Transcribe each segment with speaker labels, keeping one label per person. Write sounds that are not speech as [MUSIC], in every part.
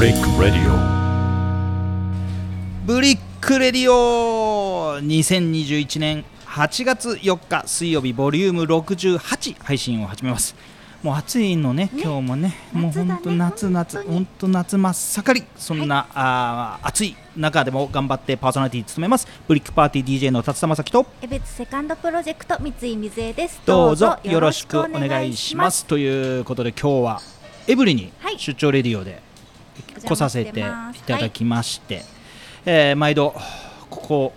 Speaker 1: レイク・レディ
Speaker 2: ブリックレディオ2021年8月4日水曜日ボリューム68配信を始めますもう暑いのね今日もねもう
Speaker 3: 夏だね
Speaker 2: 本当夏夏
Speaker 3: 本当に
Speaker 2: 本当夏真っ盛りそんな、あー暑い中でも頑張ってパーソナリティ務めますブリックパーティー DJ の達田正樹と
Speaker 3: エベツセカンドプロジェクト三井水江です
Speaker 2: どうぞよろしくお願いしますということで今日はエブリに
Speaker 3: はい
Speaker 2: 出張レディオで来させていただきまして、えー毎度ここ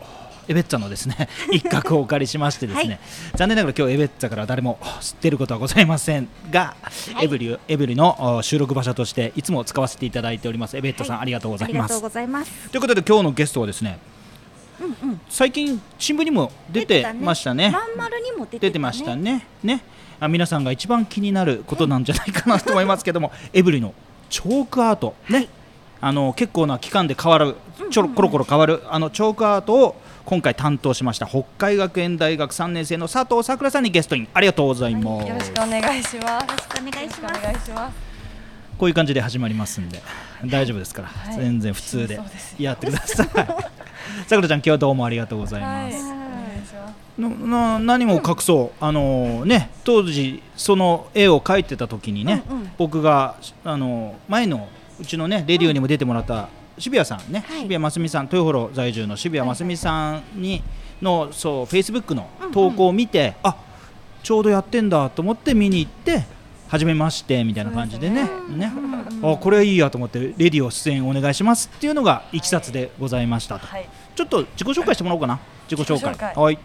Speaker 2: エベッツァのです
Speaker 3: [LAUGHS]
Speaker 2: ね一角をお借りしましてですね、
Speaker 3: はい
Speaker 2: 残念ながら今日エベッツァからは誰も出ることはございませんが、
Speaker 3: はい
Speaker 2: エブリエブリのお収録場所としていつも使わせていただいておりますエベッツァさん、ありがとうござ
Speaker 3: あ
Speaker 2: い
Speaker 3: り
Speaker 2: ま
Speaker 3: がとう
Speaker 2: す
Speaker 3: ございます
Speaker 2: ということで今日のゲストはですね
Speaker 3: うんうん
Speaker 2: 最近新聞にも出てましたね
Speaker 3: まんまるにも出て,、
Speaker 2: 出てましたねねあ皆さんが一番気になることなんじゃないかなと思いますけども [LAUGHS] エブリのチョークアートね、あの結構な期間で変わるちょろコロコロ変わるあのチョークアートを今回担当しました北海学園大学3年生の佐藤さくらさんにゲストインありがとうございます、
Speaker 4: よろしくお願いします。よろし
Speaker 3: くお願いします
Speaker 4: くお願いします。
Speaker 2: こういう感じで始まりますんで大丈夫ですから、
Speaker 4: はい
Speaker 2: 全然普通で
Speaker 4: そうです
Speaker 2: やってくだ
Speaker 4: [LAUGHS]
Speaker 2: さいさくらちゃん今日はどうもありがとうござい
Speaker 4: は
Speaker 2: ま
Speaker 4: い、
Speaker 2: す、
Speaker 4: お願いします。
Speaker 2: なな何も隠そう、あのね当時その絵を描いてた時にね、
Speaker 3: うんうん
Speaker 2: 僕があの前のうちのねレディオにも出てもらった渋谷さんね、
Speaker 3: はい
Speaker 2: 渋谷真澄さん豊幌在住の渋谷真澄さんにのそうフェイスブックの投稿を見て、あちょうどやってんだと思って見に行って初めましてみたいな感じでねね、あこれいいやと思ってレディオ出演お願いしますっていうのがいきさつでございましたと、
Speaker 4: はい、
Speaker 2: ちょっと自己紹介してもらおうかな自己紹介
Speaker 4: 自己紹介
Speaker 2: はい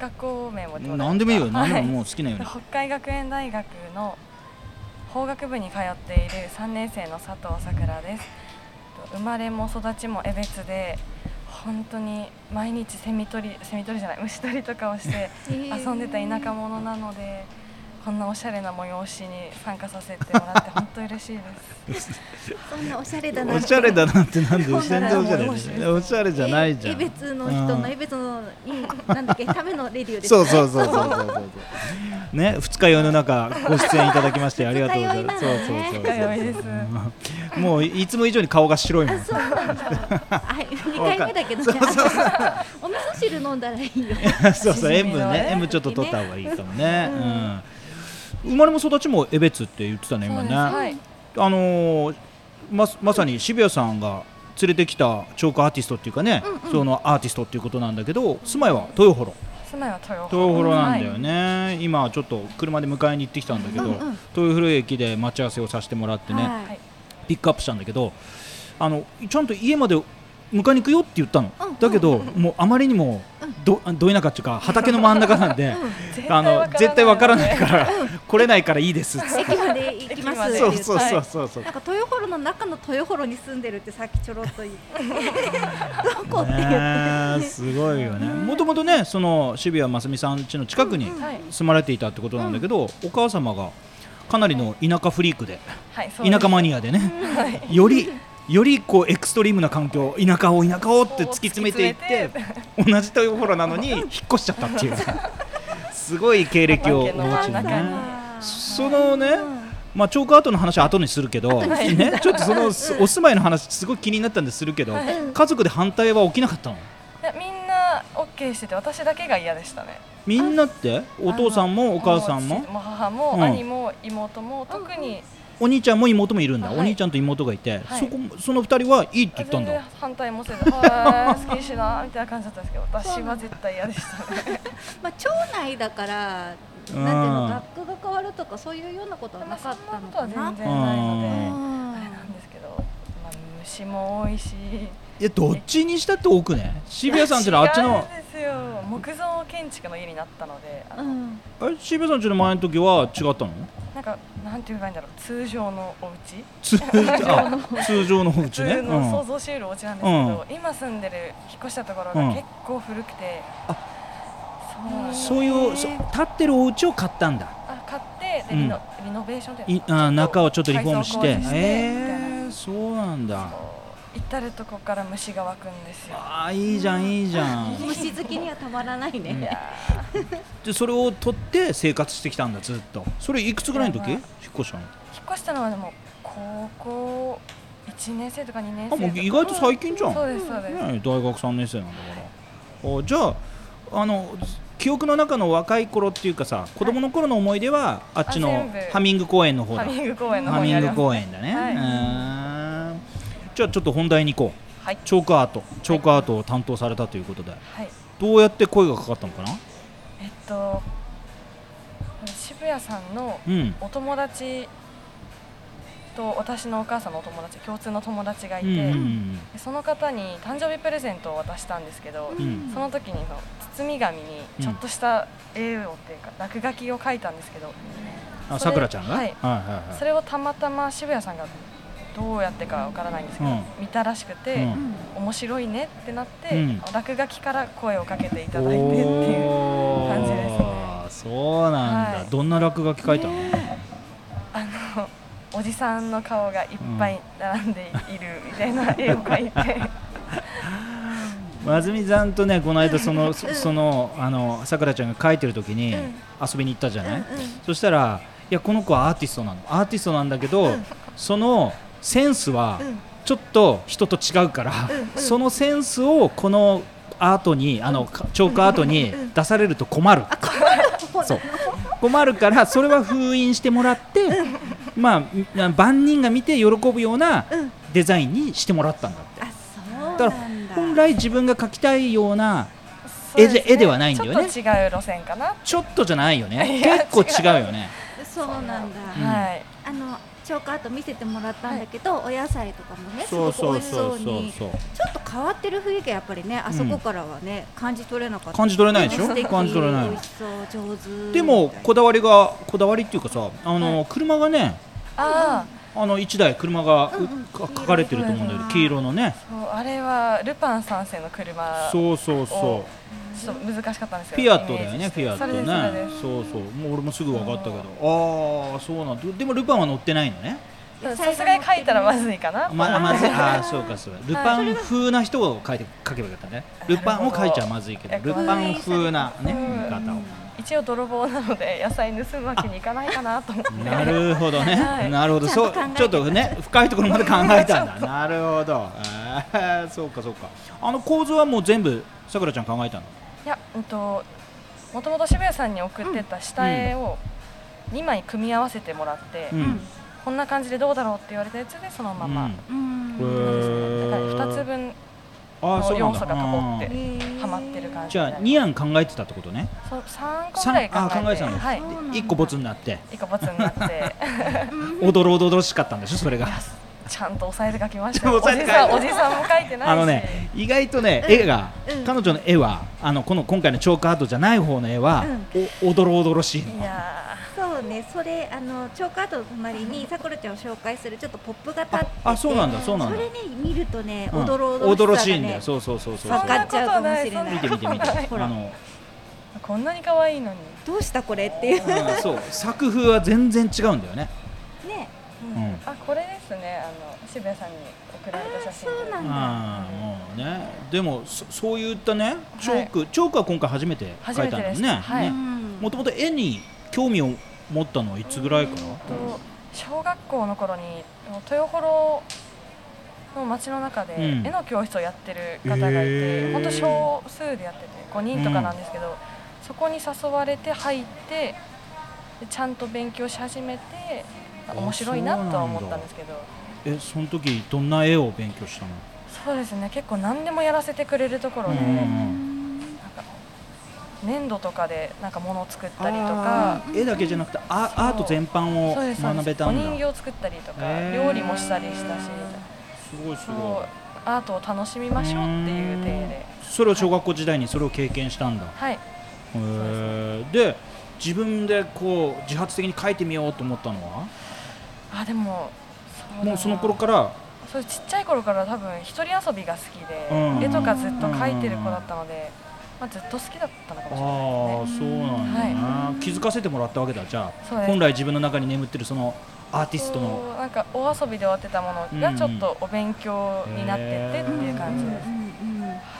Speaker 4: 学校名もどうぞ
Speaker 2: 何でもいいよ、
Speaker 4: は
Speaker 2: 何でももう好きなように。
Speaker 4: 北海学園大学の法学部に通っている3年生の佐藤さくらです生まれも育ちも江別で本当に毎日セミ取りセミ取りじゃない虫取りとかをして [LAUGHS] 遊んでた田舎者なのでこんなおしゃれな催しに参加させてもらって本当嬉しいです
Speaker 3: そんなおしゃれだ
Speaker 2: [LAUGHS]
Speaker 3: な
Speaker 2: おしゃれだなってなんで [LAUGHS]
Speaker 3: こ
Speaker 2: 全
Speaker 3: んな
Speaker 2: 然おしゃれだねおしゃれじゃないじゃん。
Speaker 3: えエベツの人
Speaker 2: うん
Speaker 3: のエベツのになんだっけためのレディオです
Speaker 2: そうそうそうそうそうそうそう。ね、二日酔いの中ご出演いただきましてありがとうございます。
Speaker 3: 二日酔いなのね
Speaker 2: [LAUGHS] そう
Speaker 4: 二日酔いです
Speaker 2: うんもういつも以上に顔が白いも [LAUGHS]
Speaker 3: あ
Speaker 2: ん。
Speaker 3: そうなんだはい二回目だけどねお味噌汁飲んだらいいよ
Speaker 2: そうそう塩分
Speaker 4: しじみの
Speaker 2: ね
Speaker 4: ね
Speaker 2: 塩分ちょっと取った方がいいかもね。うん生まれも育ちも江別って言ってたね今
Speaker 4: そう
Speaker 2: ね。
Speaker 4: ですはい
Speaker 2: あのーままさに渋谷さんが連れてきたチョークアーティストっていうかね、そのアーティストっていうことなんだけど住まいは豊幌
Speaker 4: 住まいは豊
Speaker 2: 豊
Speaker 4: 幌
Speaker 2: 幌なんだよ
Speaker 4: はい
Speaker 2: ね、今ちょっと車で迎えに行ってきたんだけど、豊幌駅で待ち合わせをさせてもらってね、
Speaker 3: はい
Speaker 4: はい
Speaker 2: ピックアップしたんだけどあのちゃんと家まで迎えに行くよって言ったの、
Speaker 3: うんうん
Speaker 2: だけど、もうあまりにもどど田舎っていうか畑の真ん中なんで、あの絶対わからないから、来れないからいいですっつって
Speaker 3: 駅まで行きますって
Speaker 2: そ
Speaker 3: 言っ
Speaker 2: う
Speaker 3: て
Speaker 2: そうそうそうそう、
Speaker 3: なんか豊幌の中の豊幌に住んでるってさっきちょろっと言ってどこって言って
Speaker 2: ねえすごいよね。もともとね、その渋谷真澄さん家の近くに
Speaker 4: はい
Speaker 2: 住まれていたってことなんだけど、お母様がかなりの田舎フリークで、
Speaker 4: はいそうです
Speaker 2: 田舎マニアでね、よりよりこうエクストリームな環境、田舎を田舎をって突き詰めていって
Speaker 4: 突き、
Speaker 2: 同じというな
Speaker 4: [LAUGHS]
Speaker 2: のに引っ越しちゃったっていう。すごい経歴をお持ちの
Speaker 4: 田舎
Speaker 2: ね
Speaker 4: の。
Speaker 2: そのね、まあ、チョークアートの話は後にするけど、ね、ちょっとそのすお住まいの話すごい気になったんでするけど、家族で反対は起きなかったの
Speaker 4: いやみんな OK してて私だけが嫌でしたね
Speaker 2: みんなってお父さんもお母さん
Speaker 4: あ
Speaker 2: も
Speaker 4: の父母
Speaker 2: う
Speaker 4: も、
Speaker 2: ん
Speaker 4: 兄も妹も特に
Speaker 2: お兄ちゃんも妹もいるんだ、
Speaker 4: はい
Speaker 2: お兄ちゃんと妹がいて、
Speaker 4: はい
Speaker 2: そこその二人はいいって言ったん
Speaker 4: 全然
Speaker 2: だ
Speaker 4: 反対もせ
Speaker 2: [LAUGHS]
Speaker 4: ず「はーい好きにしな」みたいな感じだったんですけど私は絶対嫌でしたね
Speaker 3: まあ町内だから
Speaker 2: うん
Speaker 3: なんていうの学区が変わるとかそういうようなことはなかったのか
Speaker 4: そんなことは
Speaker 3: な
Speaker 4: 全。然ないので
Speaker 3: うん
Speaker 4: あれなんですけど、まあ、虫も多いし
Speaker 2: いやどっちにしたって多くね渋谷さんってのはあっち
Speaker 4: 違
Speaker 2: の
Speaker 4: うんですよ木造建築の家になったのであの
Speaker 3: うん
Speaker 2: あれ渋谷さんちの前の時は違ったの
Speaker 4: なんかなんて言えばいいんだろう通常のお家
Speaker 2: 通あ [LAUGHS] 通常のお
Speaker 4: 普
Speaker 2: 家ね、
Speaker 4: 通
Speaker 2: うん
Speaker 4: の想像し得るお家なんですけど、今住んでる引っ越したところ
Speaker 2: うん
Speaker 4: が結構古くて、そうなんです
Speaker 2: そういうそ立ってるお家を買ったんだ
Speaker 4: あ買ってで
Speaker 2: うん
Speaker 4: リノ、リノベーションとい
Speaker 2: いう
Speaker 4: の
Speaker 2: あ中をちょっとリフォームして
Speaker 4: 改装工事してみたいな
Speaker 2: えー、そうなんだ
Speaker 4: こう至るとこから虫が湧くんですよ
Speaker 2: あーいいじゃんいいじゃん
Speaker 3: 虫好きにはたまらない
Speaker 2: うん
Speaker 3: ね。
Speaker 2: でそれを取って生活してきたんだずっとそれいくつぐらいの時
Speaker 4: いや
Speaker 2: 引っ
Speaker 4: まあ
Speaker 2: 越したの
Speaker 4: 引っ越したのはでも高校1年生とか2年生
Speaker 2: あ
Speaker 4: とか
Speaker 2: もう意外と最近じゃん、
Speaker 4: そうですそうです、
Speaker 2: ね、大学3年生なんだからあじゃああの記憶の中の若い頃っていうかさ子供の頃の思い出は、あっちの
Speaker 4: 全部
Speaker 2: ハミング公園の方だ
Speaker 4: ハミング公園の
Speaker 2: ハ
Speaker 4: 方
Speaker 2: ミ
Speaker 4: に
Speaker 2: ン
Speaker 4: あり
Speaker 2: グ
Speaker 4: ます
Speaker 2: 公園だね、
Speaker 4: はい
Speaker 2: うんじゃあちょっと本題に行こう
Speaker 4: はい、
Speaker 2: チョークアートチョークアートを担当されたということで
Speaker 4: はい、
Speaker 2: どうやって声がかかったのかな
Speaker 4: えっと渋谷さんの
Speaker 2: うん
Speaker 4: お友達と私のお母さんのお友達共通の友達がい
Speaker 2: うん
Speaker 4: て、
Speaker 2: うんうん
Speaker 4: でその方に誕生日プレゼントを渡したんですけど、
Speaker 2: うん
Speaker 4: その時にその包み紙にちょっとした絵をっていうか落書きを書いたんですけど、
Speaker 2: あ
Speaker 4: そ
Speaker 2: さ
Speaker 4: れ
Speaker 2: くらちゃんが、
Speaker 4: はい
Speaker 2: はいはい
Speaker 4: それをたまたま渋谷さんがどうやってかわからないんですけど、
Speaker 2: うん
Speaker 4: 見たらしくて、
Speaker 2: うん
Speaker 4: 面白いねってなって、
Speaker 2: うん
Speaker 4: 落書きから声をかけていただいてっていう
Speaker 2: お
Speaker 4: 感じですね
Speaker 2: ーそうなんだ、
Speaker 4: はい
Speaker 2: どんな落書き書いたの、
Speaker 4: あのおじさんの顔がいっぱい並んでいるみたいな絵を描いて
Speaker 2: 和住さんとねこの間そのそそのあのさくらちゃんが書いてる時に
Speaker 3: うん
Speaker 2: 遊びに行ったじゃない、
Speaker 3: うんうん
Speaker 2: そしたらいやこの子はアーティストなのアーティストなんだけど、そのセンスは
Speaker 3: うん
Speaker 2: ちょっと人と違うから、そのセンスをこのアートにあのかチョークアートに出されると困る、そう困るからそれは封印してもらって、まあ万人が見て喜ぶような
Speaker 3: うん
Speaker 2: デザインにしてもらったんだって。
Speaker 3: あそ
Speaker 2: だ
Speaker 3: う
Speaker 2: から
Speaker 3: なんだ
Speaker 2: 本来自分が描きたいような
Speaker 4: そうすね
Speaker 2: 絵で絵ではないんだよね
Speaker 4: ちょっと違う路線かな、
Speaker 2: ちょっとじゃないよね
Speaker 4: いや
Speaker 2: 結構違うよね
Speaker 3: そうなんだ
Speaker 2: うん
Speaker 4: はい
Speaker 3: あのチョークアート見せてもらったんだけど、お野菜とかもねす
Speaker 2: そ
Speaker 3: ご
Speaker 2: う
Speaker 3: く美
Speaker 2: そう
Speaker 3: 味しそ
Speaker 2: そううそう
Speaker 3: に
Speaker 2: そう
Speaker 3: ちょっと変わってる雰囲気はやっぱりねあそこからはね、感じ取れなかった
Speaker 2: 感じ取れないでしょ
Speaker 3: 素敵
Speaker 2: 感じ取れない
Speaker 3: 美味しそう上手
Speaker 2: でもこ
Speaker 3: だ
Speaker 2: だわりがこだわりっていうかさあの、車がね
Speaker 4: あ
Speaker 2: あの1台車が、
Speaker 3: うんうん
Speaker 2: か書かれてると思うんだけど黄
Speaker 3: 黄
Speaker 2: 色のね
Speaker 4: あそうあれはルパン三世の車
Speaker 2: そうそうそ
Speaker 4: お
Speaker 2: う
Speaker 4: ちょっと難しかったんです
Speaker 2: フ
Speaker 4: け
Speaker 2: ィ
Speaker 4: ど
Speaker 2: アットだよねフィアット
Speaker 4: それですそれ
Speaker 2: ね
Speaker 4: です
Speaker 2: そうそうもう俺もすぐ分かったけどああーそうなんだでもルパンは乗ってないのね
Speaker 4: うんさすがに書いたらまずいかな
Speaker 2: まあまずいああそうかそうかルパン風な人を書いて書けばよかったねルパンを書いちゃまずいけどルパン風なね見方を
Speaker 4: 一応泥棒なので野菜盗むわけにいかないかなと思って
Speaker 2: なるほどね、
Speaker 4: はい
Speaker 2: なるほど、
Speaker 3: ちゃ
Speaker 2: そ
Speaker 3: んと
Speaker 2: う
Speaker 3: 考えてた
Speaker 2: ちょっとね、深いところまで考
Speaker 3: [LAUGHS]
Speaker 2: えたんだ、なるほど、あーそうか、そうか、あの構図はもう全部、さくらちゃん考えたの、
Speaker 4: いや、うんと、もともと渋谷さんに送ってた下絵を2枚組み合わせてもらって、
Speaker 2: うん
Speaker 3: ん
Speaker 4: こんな感じでどうだろうって言われたやつでそのまま、
Speaker 2: うん
Speaker 3: うん
Speaker 2: へー
Speaker 4: だから2つ分
Speaker 2: あーそうなん
Speaker 4: 要素
Speaker 2: だ
Speaker 4: が囲って
Speaker 2: あー
Speaker 4: はまってる感じ
Speaker 2: じゃあ、2案考えてたってことね、
Speaker 4: そう3個ぐらい考えて
Speaker 2: 三あ考えてたの
Speaker 4: はい、
Speaker 3: そうなんだ
Speaker 2: 1個ボツになって、
Speaker 4: 1個ボツになって
Speaker 2: [LAUGHS] おどろおどろしかったんでしょ、それ
Speaker 3: [LAUGHS]
Speaker 2: が。
Speaker 4: ちゃんと押さえて書きましたよお
Speaker 2: ちゃん
Speaker 4: じ
Speaker 2: と押さえ
Speaker 4: さん
Speaker 2: て
Speaker 4: おじさんも書いてないし
Speaker 2: あのね、意外とね、絵が、
Speaker 3: うん
Speaker 2: 彼女の絵は、あのこの今回のチョークアートじゃない方の絵は、おおどろおどろしいの
Speaker 4: いや
Speaker 3: そうねそれあのチョークアートの隣にさくらちゃんを紹介するちょっとポップが立ってて
Speaker 2: あ、そうなんだ、そうなんだ
Speaker 3: そ。れね見るとね
Speaker 2: うん
Speaker 3: おどろ
Speaker 2: お
Speaker 3: お
Speaker 2: ど
Speaker 3: ど
Speaker 2: ろ
Speaker 3: ろ
Speaker 2: し
Speaker 3: し
Speaker 2: い
Speaker 3: さが
Speaker 2: んだよ。
Speaker 3: ね
Speaker 2: そうそうそうそう。
Speaker 3: 分かっちゃうかもしれな
Speaker 4: そ
Speaker 3: い
Speaker 4: ん
Speaker 2: 見て見て見て。
Speaker 3: ほら
Speaker 2: あの、
Speaker 4: ーこんなに可愛いのに、
Speaker 3: どうしたこれっていう
Speaker 2: うんそう作風は全然違うんだよね。
Speaker 3: ね
Speaker 4: うん
Speaker 2: うん
Speaker 4: あこれですねあの渋谷さんに送られた写真
Speaker 3: あーそうなんだ
Speaker 2: ああもうね。でもそそういったねチョーク、チョークは今回初めて
Speaker 4: 初
Speaker 2: 書い
Speaker 4: めて
Speaker 2: たんだ
Speaker 4: で
Speaker 2: よ
Speaker 4: す
Speaker 2: ね。
Speaker 4: はい
Speaker 2: ね
Speaker 3: ん
Speaker 2: もともと絵に興味を持ったのはいつぐらいかな。
Speaker 4: と小学校の頃に豊幌の街の中で
Speaker 2: うん
Speaker 4: 絵の教室をやってる方がい
Speaker 2: へー
Speaker 4: て、ほんと少数でやってて5人とかなんですけど、そこに誘われて入ってでちゃんと勉強し始めて
Speaker 2: あ
Speaker 4: 面白いなとは思ったんですけど
Speaker 2: えその時どんな絵を勉強したの？
Speaker 4: そうですね結構何でもやらせてくれるところで、
Speaker 2: うん
Speaker 4: なんか粘土とかでなんか物を作ったりと
Speaker 2: あ
Speaker 4: か
Speaker 2: ー絵だけじゃなくてア
Speaker 4: そう
Speaker 2: アート全般を
Speaker 4: そうですそう
Speaker 2: 学
Speaker 4: で
Speaker 2: べ
Speaker 4: す
Speaker 2: た
Speaker 4: お
Speaker 2: んだ。
Speaker 4: 人形を作ったりとか
Speaker 2: へー
Speaker 4: 料理もしたりしたし。
Speaker 2: すごいすご
Speaker 4: そ。
Speaker 2: いう
Speaker 4: アートを楽しみましょうっていう体で、
Speaker 2: それを小学校時代にそれを経験したんだ。
Speaker 4: はい、
Speaker 2: へーで自分でこう自発的に書いてみようと思ったのは
Speaker 4: あでもそうだな
Speaker 2: もうその頃から
Speaker 4: そうちっちゃい頃から多分一人遊びが好きで、
Speaker 2: うん
Speaker 4: 絵とかずっと描いてる子だったので、まあ、ずっと好きだったのか
Speaker 2: ああ
Speaker 4: もしれない
Speaker 2: そ
Speaker 4: ですね
Speaker 2: うなんだな、気づかせてもらったわけだじゃ
Speaker 4: そう
Speaker 2: あ
Speaker 4: です
Speaker 2: 本来自分の中に眠ってるそのアーティストの
Speaker 4: そうなんかお遊びで終わってたもの
Speaker 2: う
Speaker 4: が
Speaker 2: ん
Speaker 4: ちょっとお勉強になってってっていう感じです、
Speaker 3: うんうん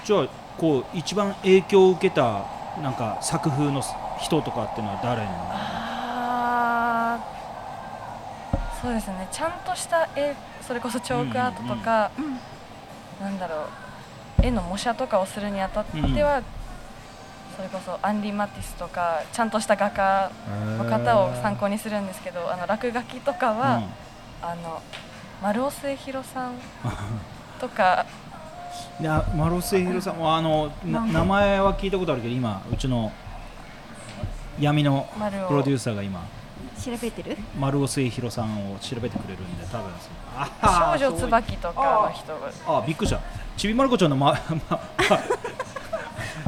Speaker 2: じゃあこう一番影響を受けたなんか作風の人とかっていうのは誰なの
Speaker 4: ああそうですねちゃんとした絵それこそチョークアートとか、なんだろう絵の模写とかをするにあたっては、それこそアンリー・マティスとかちゃんとした画家の方を参考にするんですけどあの落書きとかは、あの丸尾末広さんとか
Speaker 2: いや丸尾末広さんはあのな名前は聞いたことあるけど今うちの闇の
Speaker 4: 丸尾
Speaker 2: プロデューサーが今
Speaker 3: 調べてる
Speaker 2: 丸尾末広さんを調べてくれるんで多分その [LAUGHS] あ
Speaker 4: 少女椿とかの人が
Speaker 2: あびっくりしたちびまる子ちゃんのま [LAUGHS] まま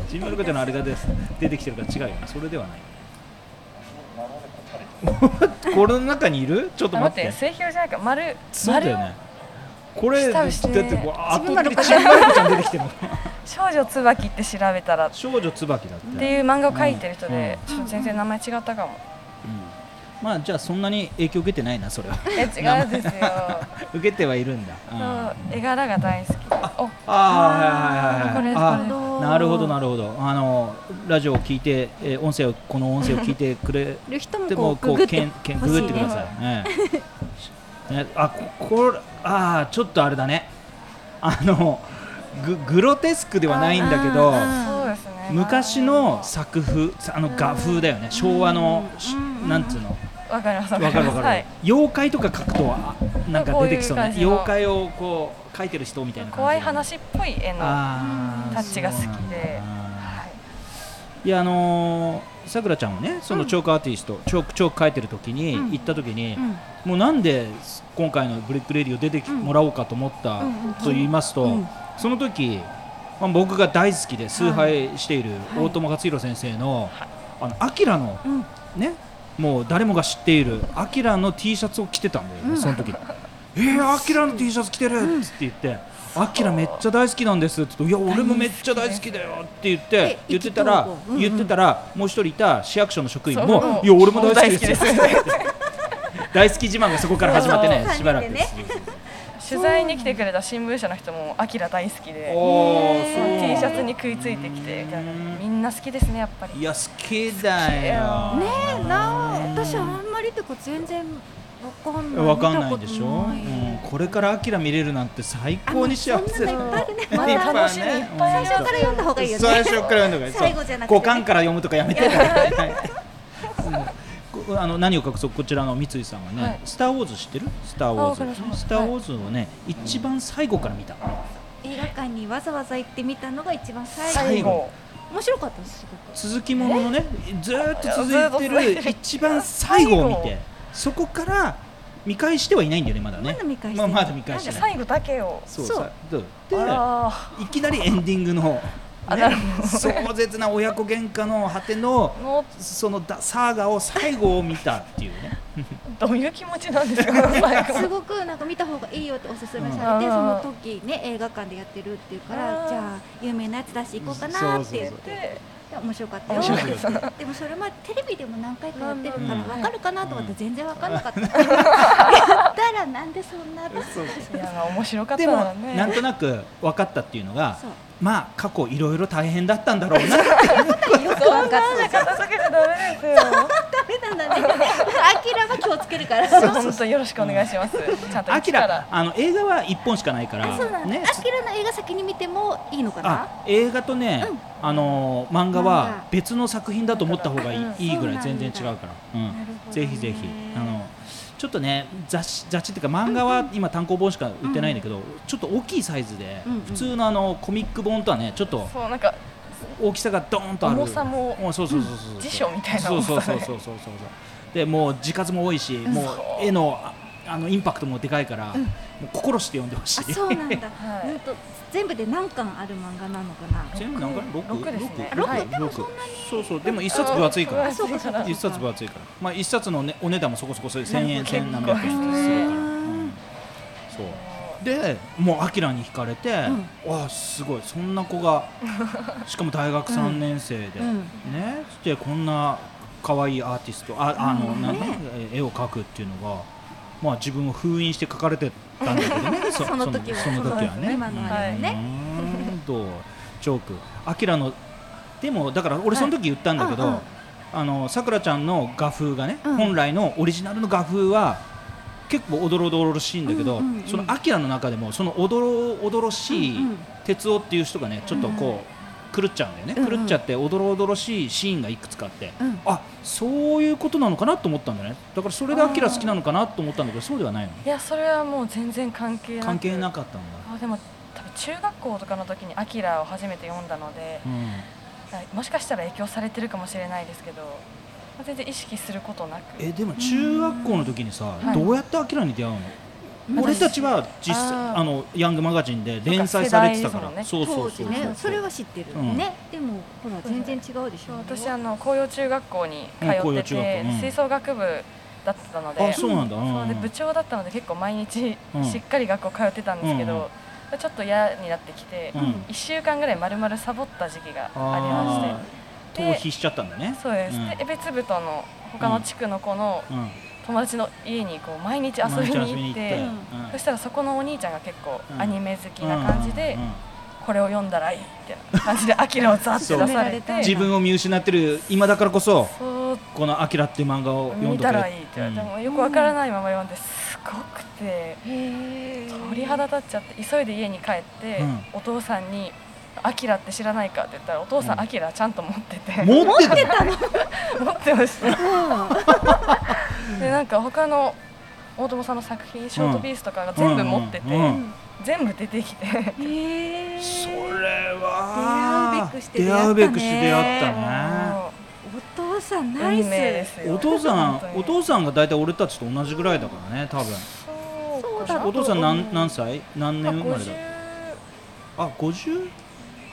Speaker 2: ちびまる子ちゃんのあれがです出てきてるから違うよねそれではない [LAUGHS] よねこれの中にいるちょっと
Speaker 4: あ待
Speaker 2: 待
Speaker 4: っ
Speaker 2: って
Speaker 4: て末広じゃないか丸
Speaker 2: そうだよねこれ
Speaker 4: 下
Speaker 2: だ
Speaker 4: を
Speaker 2: っ
Speaker 4: して
Speaker 2: て
Speaker 4: ね
Speaker 2: こう圧倒的にちびまる子ちゃん出てきてるの
Speaker 4: 少女椿って調べたらっ
Speaker 2: 少女椿だって
Speaker 4: ていう漫画を書いてる人で、
Speaker 3: うん
Speaker 4: ちょっと全然名前違ったかも、
Speaker 2: まあじゃあそんなに影響受けてないなそれは [LAUGHS]
Speaker 4: え違うんですよ
Speaker 2: 受けてはいるんだ、うん
Speaker 4: そう絵柄が大好きでお
Speaker 2: あ
Speaker 4: これです
Speaker 2: あ
Speaker 4: これです
Speaker 2: ーなるほどなるほどあのラジオを聞いて、えー音声をこの音声を聞いてくれ
Speaker 3: る人も
Speaker 2: て
Speaker 3: こ
Speaker 2: も
Speaker 3: うグ
Speaker 2: こ
Speaker 3: グ
Speaker 2: う
Speaker 3: っ
Speaker 2: け
Speaker 3: て
Speaker 2: んけん
Speaker 3: ほ
Speaker 2: ググ
Speaker 3: し
Speaker 2: って
Speaker 3: い
Speaker 2: くだ
Speaker 3: ね
Speaker 2: さい、ええねあここれあーちょっとあれだねあのググロテスクではないんだけど
Speaker 3: あー
Speaker 4: そうですね
Speaker 2: 昔の作風あの画風だよね昭和のし
Speaker 3: うん
Speaker 2: なんつうの
Speaker 4: わかります
Speaker 2: わかるわかる、
Speaker 4: はい
Speaker 2: 妖怪とか描くとあなんか出てきそう
Speaker 4: こういう感
Speaker 2: ね
Speaker 4: じの
Speaker 2: 妖怪をこう描いてる人みたいな感じ
Speaker 4: 怖い話っぽい絵のは
Speaker 2: あー
Speaker 4: タッチが好きで
Speaker 2: そうなんだ
Speaker 4: い
Speaker 2: いやあのーさくらちゃんはねそのチョークアーティスト、チョークチョーク描いてる時に、
Speaker 3: うん
Speaker 2: 行った時に、
Speaker 3: うん
Speaker 2: もうなんで今回の「ブレックレディ」を出てき、
Speaker 3: うん
Speaker 2: もらおうかと思った
Speaker 3: うんうん
Speaker 2: と言いますと、
Speaker 3: うん
Speaker 2: その時、まあ、僕が大好きで崇拝している大友克洋先生の「あのアキラの
Speaker 3: うん
Speaker 2: ねもう誰もが知っているアキラの T シャツを着てたんだよね、
Speaker 3: うん
Speaker 2: その時えー、アキラの T シャツ着てるっつって言って、アキラめっちゃ大好きなんですって言っていや俺もめっちゃ大好きだよって言って
Speaker 3: え
Speaker 2: 言ってたら
Speaker 3: 意気投合うんうん
Speaker 2: 言ってたらもう一人いた市役所の職員
Speaker 4: そう
Speaker 2: もいや俺も大好きですよ
Speaker 4: もう大好きです [LAUGHS]
Speaker 2: 大好き自慢がそこから始まってね
Speaker 3: そう
Speaker 2: しばらく
Speaker 3: そうそう
Speaker 4: 取材に来てくれた新聞社の人もアキラ大好きで
Speaker 2: おー
Speaker 4: そ
Speaker 2: そう
Speaker 4: の
Speaker 2: なんだ
Speaker 4: T シャツに食いついてきてみたいなみんな好きですねやっぱり
Speaker 2: いや好きだよ
Speaker 3: ねえなお私あんまりってか全然わかんない
Speaker 2: わかんないでしょ、
Speaker 3: 見たことない
Speaker 2: うん、これからアキラ見れるなんて最
Speaker 3: あ
Speaker 2: 高に幸せ
Speaker 3: そんなのいっぱいあるね
Speaker 2: いっ
Speaker 3: ま
Speaker 2: ぱい
Speaker 3: だ
Speaker 2: ある
Speaker 4: 楽しみいっぱいあ
Speaker 3: 最
Speaker 4: り
Speaker 3: 初
Speaker 4: ま
Speaker 3: か
Speaker 4: す
Speaker 3: ら読んだ方がいいよね
Speaker 2: 最初から読んだ方がいい。
Speaker 3: 最後じゃな
Speaker 2: そう [LAUGHS]
Speaker 3: くてね
Speaker 2: 五巻から読むとかやめて。 [LAUGHS] はいこあの何を隠そうこちらの三井さんはね、
Speaker 4: はい
Speaker 2: スター・ウォーズ知ってるスター・ウ
Speaker 4: あ
Speaker 2: ォ
Speaker 4: わかりま
Speaker 2: ー
Speaker 4: す
Speaker 2: ズスター・ウォーズをね、一番最後から見た
Speaker 3: 映画館にわざわざ行ってみたのが一番最後
Speaker 4: 最後
Speaker 3: 面白かったですす
Speaker 2: 続きもののねずーっと
Speaker 4: ずー
Speaker 2: 続
Speaker 4: っと
Speaker 2: いて
Speaker 4: 続いて
Speaker 2: る
Speaker 4: る
Speaker 2: 一番最後を見
Speaker 4: 最
Speaker 2: て
Speaker 4: 後
Speaker 2: そこから見返してはいないんだよねまだね
Speaker 3: まだ見返して
Speaker 2: ま
Speaker 3: な
Speaker 2: あ
Speaker 3: い
Speaker 2: まだ見返してない
Speaker 4: 最後だけを
Speaker 2: そう
Speaker 3: そう
Speaker 2: さどうで
Speaker 4: あら
Speaker 2: いきなりエンディングの、
Speaker 4: あ
Speaker 2: ね
Speaker 4: なるほどね
Speaker 2: 壮絶な親子喧嘩の果ての
Speaker 4: ーもう
Speaker 2: そのだサーガを最後を見たっていうね
Speaker 4: どういう気持ちなんですか [LAUGHS] 最後
Speaker 3: ごすごくなんか見た方がいいよっておすすめされて、
Speaker 4: うん
Speaker 3: その時ね映画館でやってるっていうから
Speaker 4: あー
Speaker 3: じゃあ有名なやつだし行こうかなって言っ
Speaker 2: そう
Speaker 3: て
Speaker 4: で
Speaker 3: で面白かったよ
Speaker 4: 面白
Speaker 2: かった
Speaker 3: でもそれまでテレビでも何回かやってるから
Speaker 2: うん
Speaker 3: 分かるかなと思って
Speaker 2: うん
Speaker 3: 全然分かんなかった、やったらなんでそんなの
Speaker 4: いや面白かっ
Speaker 2: で
Speaker 4: た
Speaker 2: も
Speaker 4: わね
Speaker 2: なんとなく分かったっていうのが
Speaker 3: そう
Speaker 2: まあ過去いろいろ大変だったんだろうな
Speaker 3: よく分かっ
Speaker 4: なんか片付けちゃダメですよ
Speaker 3: ためなんだね
Speaker 2: [LAUGHS]
Speaker 3: アキラは気をつけるからそう
Speaker 4: 本当よろしくお願いしますちゃんと
Speaker 2: アキ
Speaker 4: 一か
Speaker 2: ラ
Speaker 4: ら
Speaker 2: あの映画は1本しかないから
Speaker 3: あそうなんだ、
Speaker 2: ね
Speaker 3: アキラの映画先に見てもいいのかな
Speaker 2: あ映画とね、
Speaker 3: うん
Speaker 2: あのー漫画は別の作品だと思った方がいい,、
Speaker 4: うん
Speaker 2: いいぐらい
Speaker 3: そう
Speaker 2: 全
Speaker 3: なんだ
Speaker 2: 然違うから、うん
Speaker 3: なるほど
Speaker 2: ぜ
Speaker 3: ね
Speaker 2: ひぜひあのちょっとね雑誌雑誌っていうか漫画は今単行本しか売ってないんだけど、ちょっと大きいサイズで、
Speaker 3: うんうん
Speaker 2: 普通のあのコミック本とはねちょっと
Speaker 4: そうなんか
Speaker 2: 大きさがドーンとある
Speaker 4: 重さも
Speaker 2: おそうそうそうそう、
Speaker 4: 辞書みたいな
Speaker 2: そう
Speaker 4: 重
Speaker 2: そう
Speaker 4: さ
Speaker 2: そう
Speaker 4: で
Speaker 2: そうそうそうそうでもう字数も多いし、もう絵のああのインパクトもでかいから、もう心して読んでほしい
Speaker 3: あそうなんだ、
Speaker 4: はい
Speaker 3: うんと全部で何巻ある漫画なのかな
Speaker 2: 全部何回六
Speaker 4: 六ですね
Speaker 2: 六
Speaker 4: はい
Speaker 2: 六そうそうでも一冊分厚いから
Speaker 4: あそうかそうか
Speaker 2: 一冊分厚いからまあ一冊のねお値段もそこそこそれ千円
Speaker 4: 結構
Speaker 2: 千何百円とかするから、うんそうでもうアキラに惹かれて、わあすごいそんな子がしかも大学三年生で、
Speaker 3: うん
Speaker 2: ねしてこんな可愛いアーティストああの、
Speaker 3: うん
Speaker 2: なん
Speaker 3: ね
Speaker 2: 絵を描くっていうのがまあ自分を封印して描かれてたんだけど
Speaker 3: [LAUGHS]
Speaker 2: ねそ
Speaker 3: その時は
Speaker 2: その時はね
Speaker 3: 今のあれはね
Speaker 2: うーんとチョークアキラのでもだから俺その時言ったんだけど、
Speaker 3: はいうんうん
Speaker 2: あのさくらちゃんの画風がね、
Speaker 3: うん
Speaker 2: 本来のオリジナルの画風は結構おどろおどろしいんだけど、
Speaker 3: うんうんうん
Speaker 2: そのアキラの中でもそのおどろおどろしい
Speaker 3: うんうん
Speaker 2: 哲夫っていう人がねちょっとこう狂っちゃうんだよね、
Speaker 3: うんうん
Speaker 2: 狂っちゃっておどろおどろしいシーンがいくつかあって、
Speaker 3: うん
Speaker 2: あそういうことなのかなと思ったんだよねだからそれでアキラ好きなのかなと思ったんだけどそうではないの
Speaker 4: いやそれはもう全然関係なく
Speaker 2: 関係なかったんだ、
Speaker 4: あでも多分中学校とかの時に「アキラを初めて読んだので
Speaker 2: うん
Speaker 4: もしかしたら影響されてるかもしれないですけどまあ全然意識することなく
Speaker 2: えでも中学校の時にさ、
Speaker 4: うん
Speaker 2: どうやってアキラに出会うの、
Speaker 3: うん
Speaker 2: 俺たちは実際
Speaker 4: あ
Speaker 2: あ
Speaker 4: ー
Speaker 2: のヤングマガジンで連載されてたから
Speaker 4: なんか
Speaker 2: そうそうそう
Speaker 3: ねそれは知ってる、
Speaker 2: うん
Speaker 3: ねでもほら全然違うでしょ
Speaker 4: 私あの紅葉中学校に通
Speaker 2: うん紅
Speaker 4: っ
Speaker 2: 葉
Speaker 4: て
Speaker 2: 中学
Speaker 4: て
Speaker 2: 校うん
Speaker 4: 吹奏楽部だったので
Speaker 2: あそうなんだ、うん
Speaker 4: そうで部長だったので結構毎日
Speaker 2: うん
Speaker 4: しっかり学校通ってたんですけど、ちょっと嫌になってきて、
Speaker 2: う
Speaker 4: 一
Speaker 2: ん
Speaker 4: 1週間ぐらい丸々サボった時期がありま
Speaker 2: あー
Speaker 4: で
Speaker 2: 逃避しちゃったんだね
Speaker 4: してそうです、
Speaker 2: うん
Speaker 4: で江別部との他の地区の子の
Speaker 2: うん
Speaker 4: 友達の家にこう毎日遊びに行って
Speaker 2: 毎日遊びに行
Speaker 4: そしたらそこのお兄ちゃんが結構
Speaker 2: うん
Speaker 4: アニメ好き
Speaker 2: うん
Speaker 4: な感じで、
Speaker 2: うんうん
Speaker 4: これを読んだらいいってな感じで「アキラをザって出され
Speaker 3: そ
Speaker 4: て
Speaker 3: う
Speaker 2: 自分を見失ってる今だからこそ
Speaker 4: そう
Speaker 2: この「アキラっていう漫画を読ん
Speaker 4: 見
Speaker 2: どけ
Speaker 4: たらいいって言われて、もうよくわからないまま読んですごくて
Speaker 3: へー
Speaker 4: 鳥肌立っちゃって急いで家に帰って、
Speaker 2: うん
Speaker 4: お父さんに「アキラって知らないか?」って言ったら「お父さ
Speaker 2: うん
Speaker 4: んアキラちゃんと持ってて、
Speaker 2: うん持ってたの
Speaker 4: 持ってました
Speaker 3: う
Speaker 4: でなんか他の大友さんの作品「ショートピース」とかが全部持ってて、
Speaker 2: うんうんうん
Speaker 3: ん
Speaker 4: 全部出てきて
Speaker 3: へー
Speaker 2: それは
Speaker 3: 出会うべくして出会ったね
Speaker 2: 出会うべくして出会ったね
Speaker 4: も
Speaker 3: お父さん
Speaker 4: う
Speaker 3: ナイ
Speaker 4: 運
Speaker 3: ス
Speaker 4: 命ですよ
Speaker 2: お父さ
Speaker 4: 本
Speaker 2: ん
Speaker 4: 当
Speaker 2: お
Speaker 4: に
Speaker 2: 父さんが大体俺たちと同じぐらいだからね多分
Speaker 4: そう
Speaker 3: そうだ
Speaker 4: か
Speaker 2: お父さん何何
Speaker 4: 歳
Speaker 2: 歳何年生まれだあ五 50?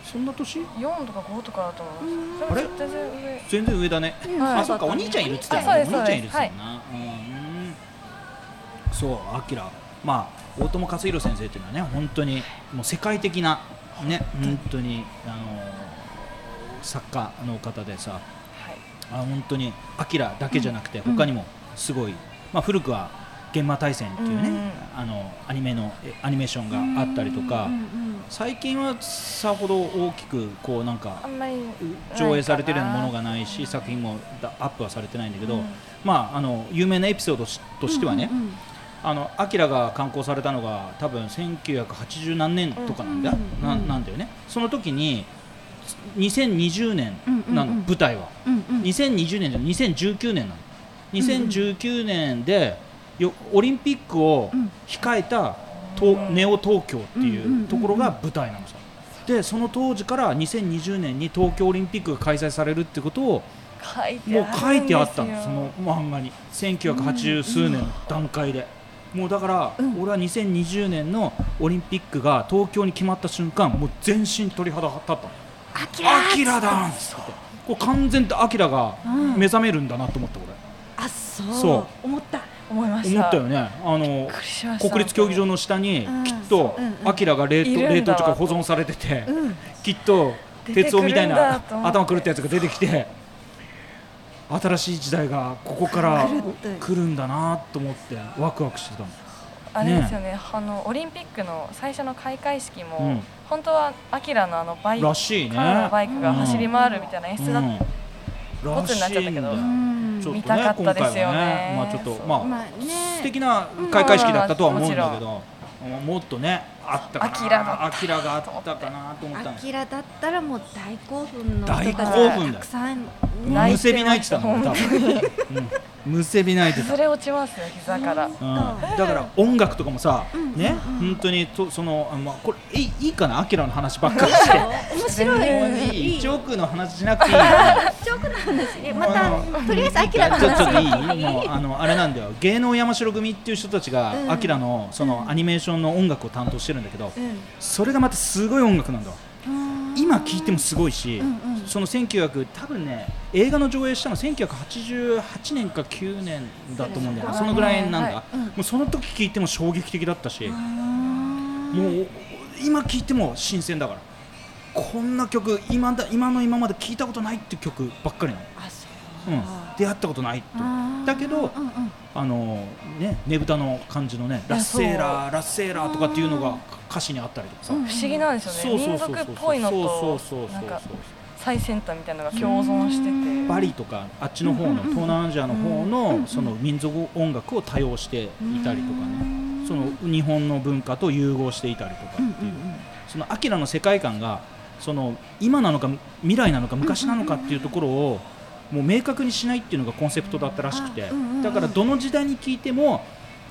Speaker 2: そんな年
Speaker 4: 54とか5とかだと思います
Speaker 2: あれ
Speaker 4: 全然上
Speaker 2: 全然上だね
Speaker 3: うん
Speaker 4: はい
Speaker 2: あそうかお兄ちゃんいるって言ってた
Speaker 4: あ
Speaker 2: も
Speaker 4: そ
Speaker 2: んねお
Speaker 4: うで
Speaker 2: 兄ち
Speaker 4: す
Speaker 2: ゃんいるって言ってたもんなうんそうあきらまあ大友克洋先生っていうのはね本当にもう世界的なね本当にあの作家の方でさ
Speaker 4: はい
Speaker 2: あ本当に「アキラだけじゃなくて
Speaker 3: うん
Speaker 2: 他にもすごい、まあ、古くは「幻魔大戦」っていうね、
Speaker 4: うんうん
Speaker 2: あのアニメのえアニメーションがあったりとか、
Speaker 3: うんうん
Speaker 2: 最近はさほど大きくこうなん
Speaker 4: あ
Speaker 2: か
Speaker 4: んまり
Speaker 2: 上映されてるようなものがないし作品もだアップはされてないんだけど、
Speaker 4: うん
Speaker 2: まあ、あの有名なエピソードしとしてはね、
Speaker 3: うんうん
Speaker 2: あのアキラが刊行されたのが多分1980何年とかなんだ、
Speaker 3: うん
Speaker 2: な
Speaker 3: うん
Speaker 2: なんだよねその時に2020年なの、
Speaker 3: うんうんうん
Speaker 2: 舞台は。
Speaker 3: うんうん
Speaker 2: 2020年じゃない2019年なの2019年でよオリンピックを
Speaker 3: うん
Speaker 2: 控えたと
Speaker 4: うん
Speaker 2: ネオ東京ってい
Speaker 3: んうんうんう
Speaker 2: うんところが舞台なのさでその当時から2020年に東京オリンピックが開催されるってことを
Speaker 4: 書いて
Speaker 2: もう書いてあった
Speaker 4: るんで
Speaker 2: の
Speaker 4: す
Speaker 2: そ
Speaker 4: よ
Speaker 2: の漫画に1980数年の段階でもうだから
Speaker 3: うん
Speaker 2: 俺は2020年のオリンピックが東京に決まった瞬間もう全身鳥肌立ったの
Speaker 3: アキラ
Speaker 2: アキラだんつってこれ完全とアキラが
Speaker 3: うん
Speaker 2: 目覚めるんだなと思った俺
Speaker 3: あそう
Speaker 2: そ
Speaker 3: 思った
Speaker 4: 思いました
Speaker 2: 思ったよねあの
Speaker 4: びっくりしました
Speaker 2: 国立競技場の下に
Speaker 3: うん
Speaker 2: きっと
Speaker 3: そううんうん
Speaker 2: アキラが冷
Speaker 4: いるん
Speaker 2: 凍
Speaker 4: だ
Speaker 2: 冷凍地が保存されてて
Speaker 3: うん
Speaker 2: きっと
Speaker 4: 出てくる
Speaker 2: 鉄
Speaker 4: んだ
Speaker 2: 夫みたいな
Speaker 4: と思って
Speaker 2: 頭狂ったやつが出てきて新しい時代がここから
Speaker 3: 来るって
Speaker 2: 来るんだなと思ってワクワクしてたの
Speaker 4: あれですよねあのオリンピックの最初の開会式も、
Speaker 2: うん
Speaker 4: 本当はアキラのあのバイク
Speaker 2: らしいね
Speaker 4: カーのバイクが走り回るみたいな演
Speaker 2: う
Speaker 4: 出だった、
Speaker 2: ん
Speaker 4: ボツになっちゃった
Speaker 2: らしいん
Speaker 4: けど
Speaker 2: だよ
Speaker 3: うん
Speaker 2: ちょっとね
Speaker 4: 見たかったですよね
Speaker 2: 今回はまあちょっと
Speaker 4: そう
Speaker 2: まあ、
Speaker 3: まあね
Speaker 2: 素敵な開会式だったとは思うんだけど、もっとねあったかな
Speaker 4: あアキラだった
Speaker 2: アキラがあったかなと思った
Speaker 3: ア
Speaker 2: んです
Speaker 3: キラだったらもう大興奮の人
Speaker 2: 大
Speaker 3: たち
Speaker 2: 興
Speaker 3: が
Speaker 2: 奮だよ
Speaker 3: たくさん
Speaker 4: 泣
Speaker 2: む
Speaker 4: い
Speaker 2: せ
Speaker 4: て
Speaker 2: び泣いてたの多分、うん、むせび泣いてた、う
Speaker 4: 崩れ落ちますよ膝から、
Speaker 2: ん、だから音楽とかもさ、
Speaker 3: ん
Speaker 2: ね本当にとそのあまあこれいいいいかなアキラの話ばっかり
Speaker 3: [LAUGHS]
Speaker 2: して
Speaker 3: 面白いいい
Speaker 2: ジョークの話しなくていいから
Speaker 3: ジョークの話ねま
Speaker 2: あ
Speaker 3: たとりあえずアキラの
Speaker 2: ちょちょっとい
Speaker 3: 話
Speaker 2: いもうあのあれなんだよ芸能山城組っていう人たちが、
Speaker 3: うん
Speaker 2: アキラのそのアニメーションの音楽を担当してるんだけど、
Speaker 3: うん
Speaker 2: それがまたすごい音楽なんだわ
Speaker 3: うん
Speaker 2: 今聴いてもすごいし、
Speaker 3: うんうん
Speaker 2: その1900多分ね映画の上映したの1988年か9年だと思うんだよなそ
Speaker 4: そ
Speaker 2: の
Speaker 4: の
Speaker 2: ぐ
Speaker 4: ぐ
Speaker 2: ら
Speaker 4: ら
Speaker 2: いな
Speaker 4: い
Speaker 2: んだ、
Speaker 4: は
Speaker 3: う
Speaker 4: い
Speaker 3: ん
Speaker 2: もうその時聴いても衝撃的だったし、
Speaker 3: うん
Speaker 2: もう今聴いても新鮮だからこんな曲今だ今の今まで聴いたことないっていう曲ばっかりなの、
Speaker 3: あそう
Speaker 2: うん、出会ったことないって
Speaker 3: あー
Speaker 2: だけど、
Speaker 3: うんうん
Speaker 2: あのねねぶたの感じのねラッセーラーラッセーラーとかっていうのが歌詞にあったりとかさ、
Speaker 3: うん
Speaker 4: 不思議なんですよね民族っぽいのと
Speaker 2: そうそうそうそう
Speaker 4: なんか最先端みたいなのが共存してて
Speaker 2: バリとかあっちの方の東南アジアの方のその民族音楽を多用していたりとかねその日本の文化と融合していたりとかっていうそのアキラの世界観がその今なのか未来なのか昔なのかっていうところをもう明確にしないっていうのがコンセプトだったらしくてだからどの時代に聴いても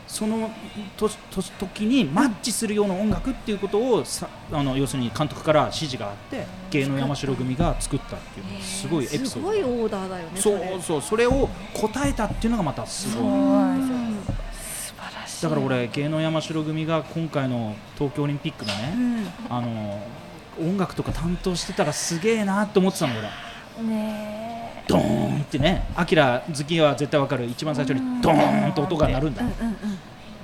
Speaker 2: その年年時にマッチするような音楽っていうことをさあの要するに監督から指示があって芸能山城組が作ったっていうすごいエピ
Speaker 3: す
Speaker 2: ソード
Speaker 3: ごいオーダーだよね。
Speaker 2: そ
Speaker 3: れ
Speaker 2: うそうそれを答えたっていうのがまたす
Speaker 4: そう
Speaker 2: ごい
Speaker 4: なんですよ素晴らしい
Speaker 2: だから俺芸能山城組が今回の東京オリンピックの
Speaker 3: う
Speaker 2: ね
Speaker 3: ん。
Speaker 2: あの音楽とか担当してたらすげえなと思ってたの俺
Speaker 4: ねえ
Speaker 2: ドーンってねアキラ好きは絶対わかる一番最初にドーンと音が鳴るんだ
Speaker 3: うんうん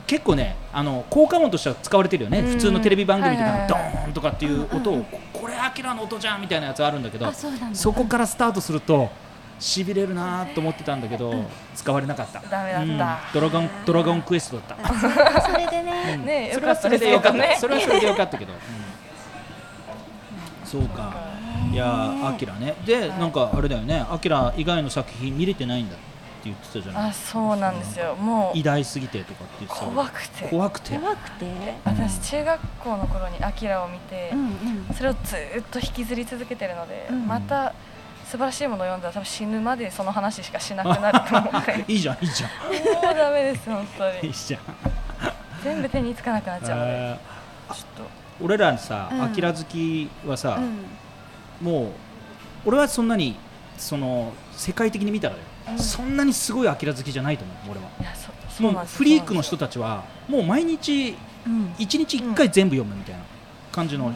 Speaker 2: 結構ねあの効果音としては使われてるよね、
Speaker 4: うん
Speaker 2: 普通のテレビ番組と
Speaker 4: はいはい
Speaker 2: か
Speaker 4: はい
Speaker 2: ドーンとかっていう音を、
Speaker 3: うんうん
Speaker 2: ここれアキラの音じゃんみたいなやつあるんだけ
Speaker 3: うん。
Speaker 2: ど
Speaker 3: あ、そうなんだ。
Speaker 2: そこからスタートするとしびれるなと思ってたんだけど、使われなかった
Speaker 4: ダメだった
Speaker 2: ドラゴンドラゴンクエストだった、
Speaker 3: あそれはそれでね。
Speaker 4: ねえ
Speaker 2: そ
Speaker 4: よ
Speaker 2: れ
Speaker 4: か
Speaker 2: は
Speaker 4: った
Speaker 2: それでよかった、
Speaker 4: ね
Speaker 2: それはそれでよか
Speaker 4: [LAUGHS]
Speaker 2: ったけど、うんそうかいやーアキラねでなんかあれだよねアキラ以外の作品見れてないんだって言ってたじゃない
Speaker 4: あそうなんですよも
Speaker 2: 偉
Speaker 4: う
Speaker 2: 大すぎてとかって言ってたよ
Speaker 4: 怖くて
Speaker 2: 怖くて
Speaker 3: 怖くて。
Speaker 4: 私中学校の頃にアキラを見て、
Speaker 3: うんうん。
Speaker 4: それをずーっと引きずり続けてるので、
Speaker 3: うん
Speaker 4: また素晴らしいものを読んだら多分死ぬまでその話しかしなくなると思って
Speaker 2: [LAUGHS] いいじゃんいいじゃん
Speaker 4: もうダメです本当
Speaker 2: いい [LAUGHS]
Speaker 4: に
Speaker 2: じゃん
Speaker 4: 全部手につかなくなっちゃうので
Speaker 2: え
Speaker 4: ちょっ
Speaker 2: ー俺らさ、
Speaker 3: うん
Speaker 2: アキラ好きはさ
Speaker 3: う、ん。
Speaker 2: もう俺はそんなにその世界的に見たらよ、
Speaker 4: うん
Speaker 2: そんなにすごいアキラ好きじゃないと思う俺は
Speaker 4: といやそそう
Speaker 2: も
Speaker 4: なん
Speaker 2: う
Speaker 4: です
Speaker 2: フリークの人
Speaker 4: と
Speaker 2: たちはもう毎日
Speaker 3: うん。
Speaker 2: 一日一回全部読むみたいな感じの、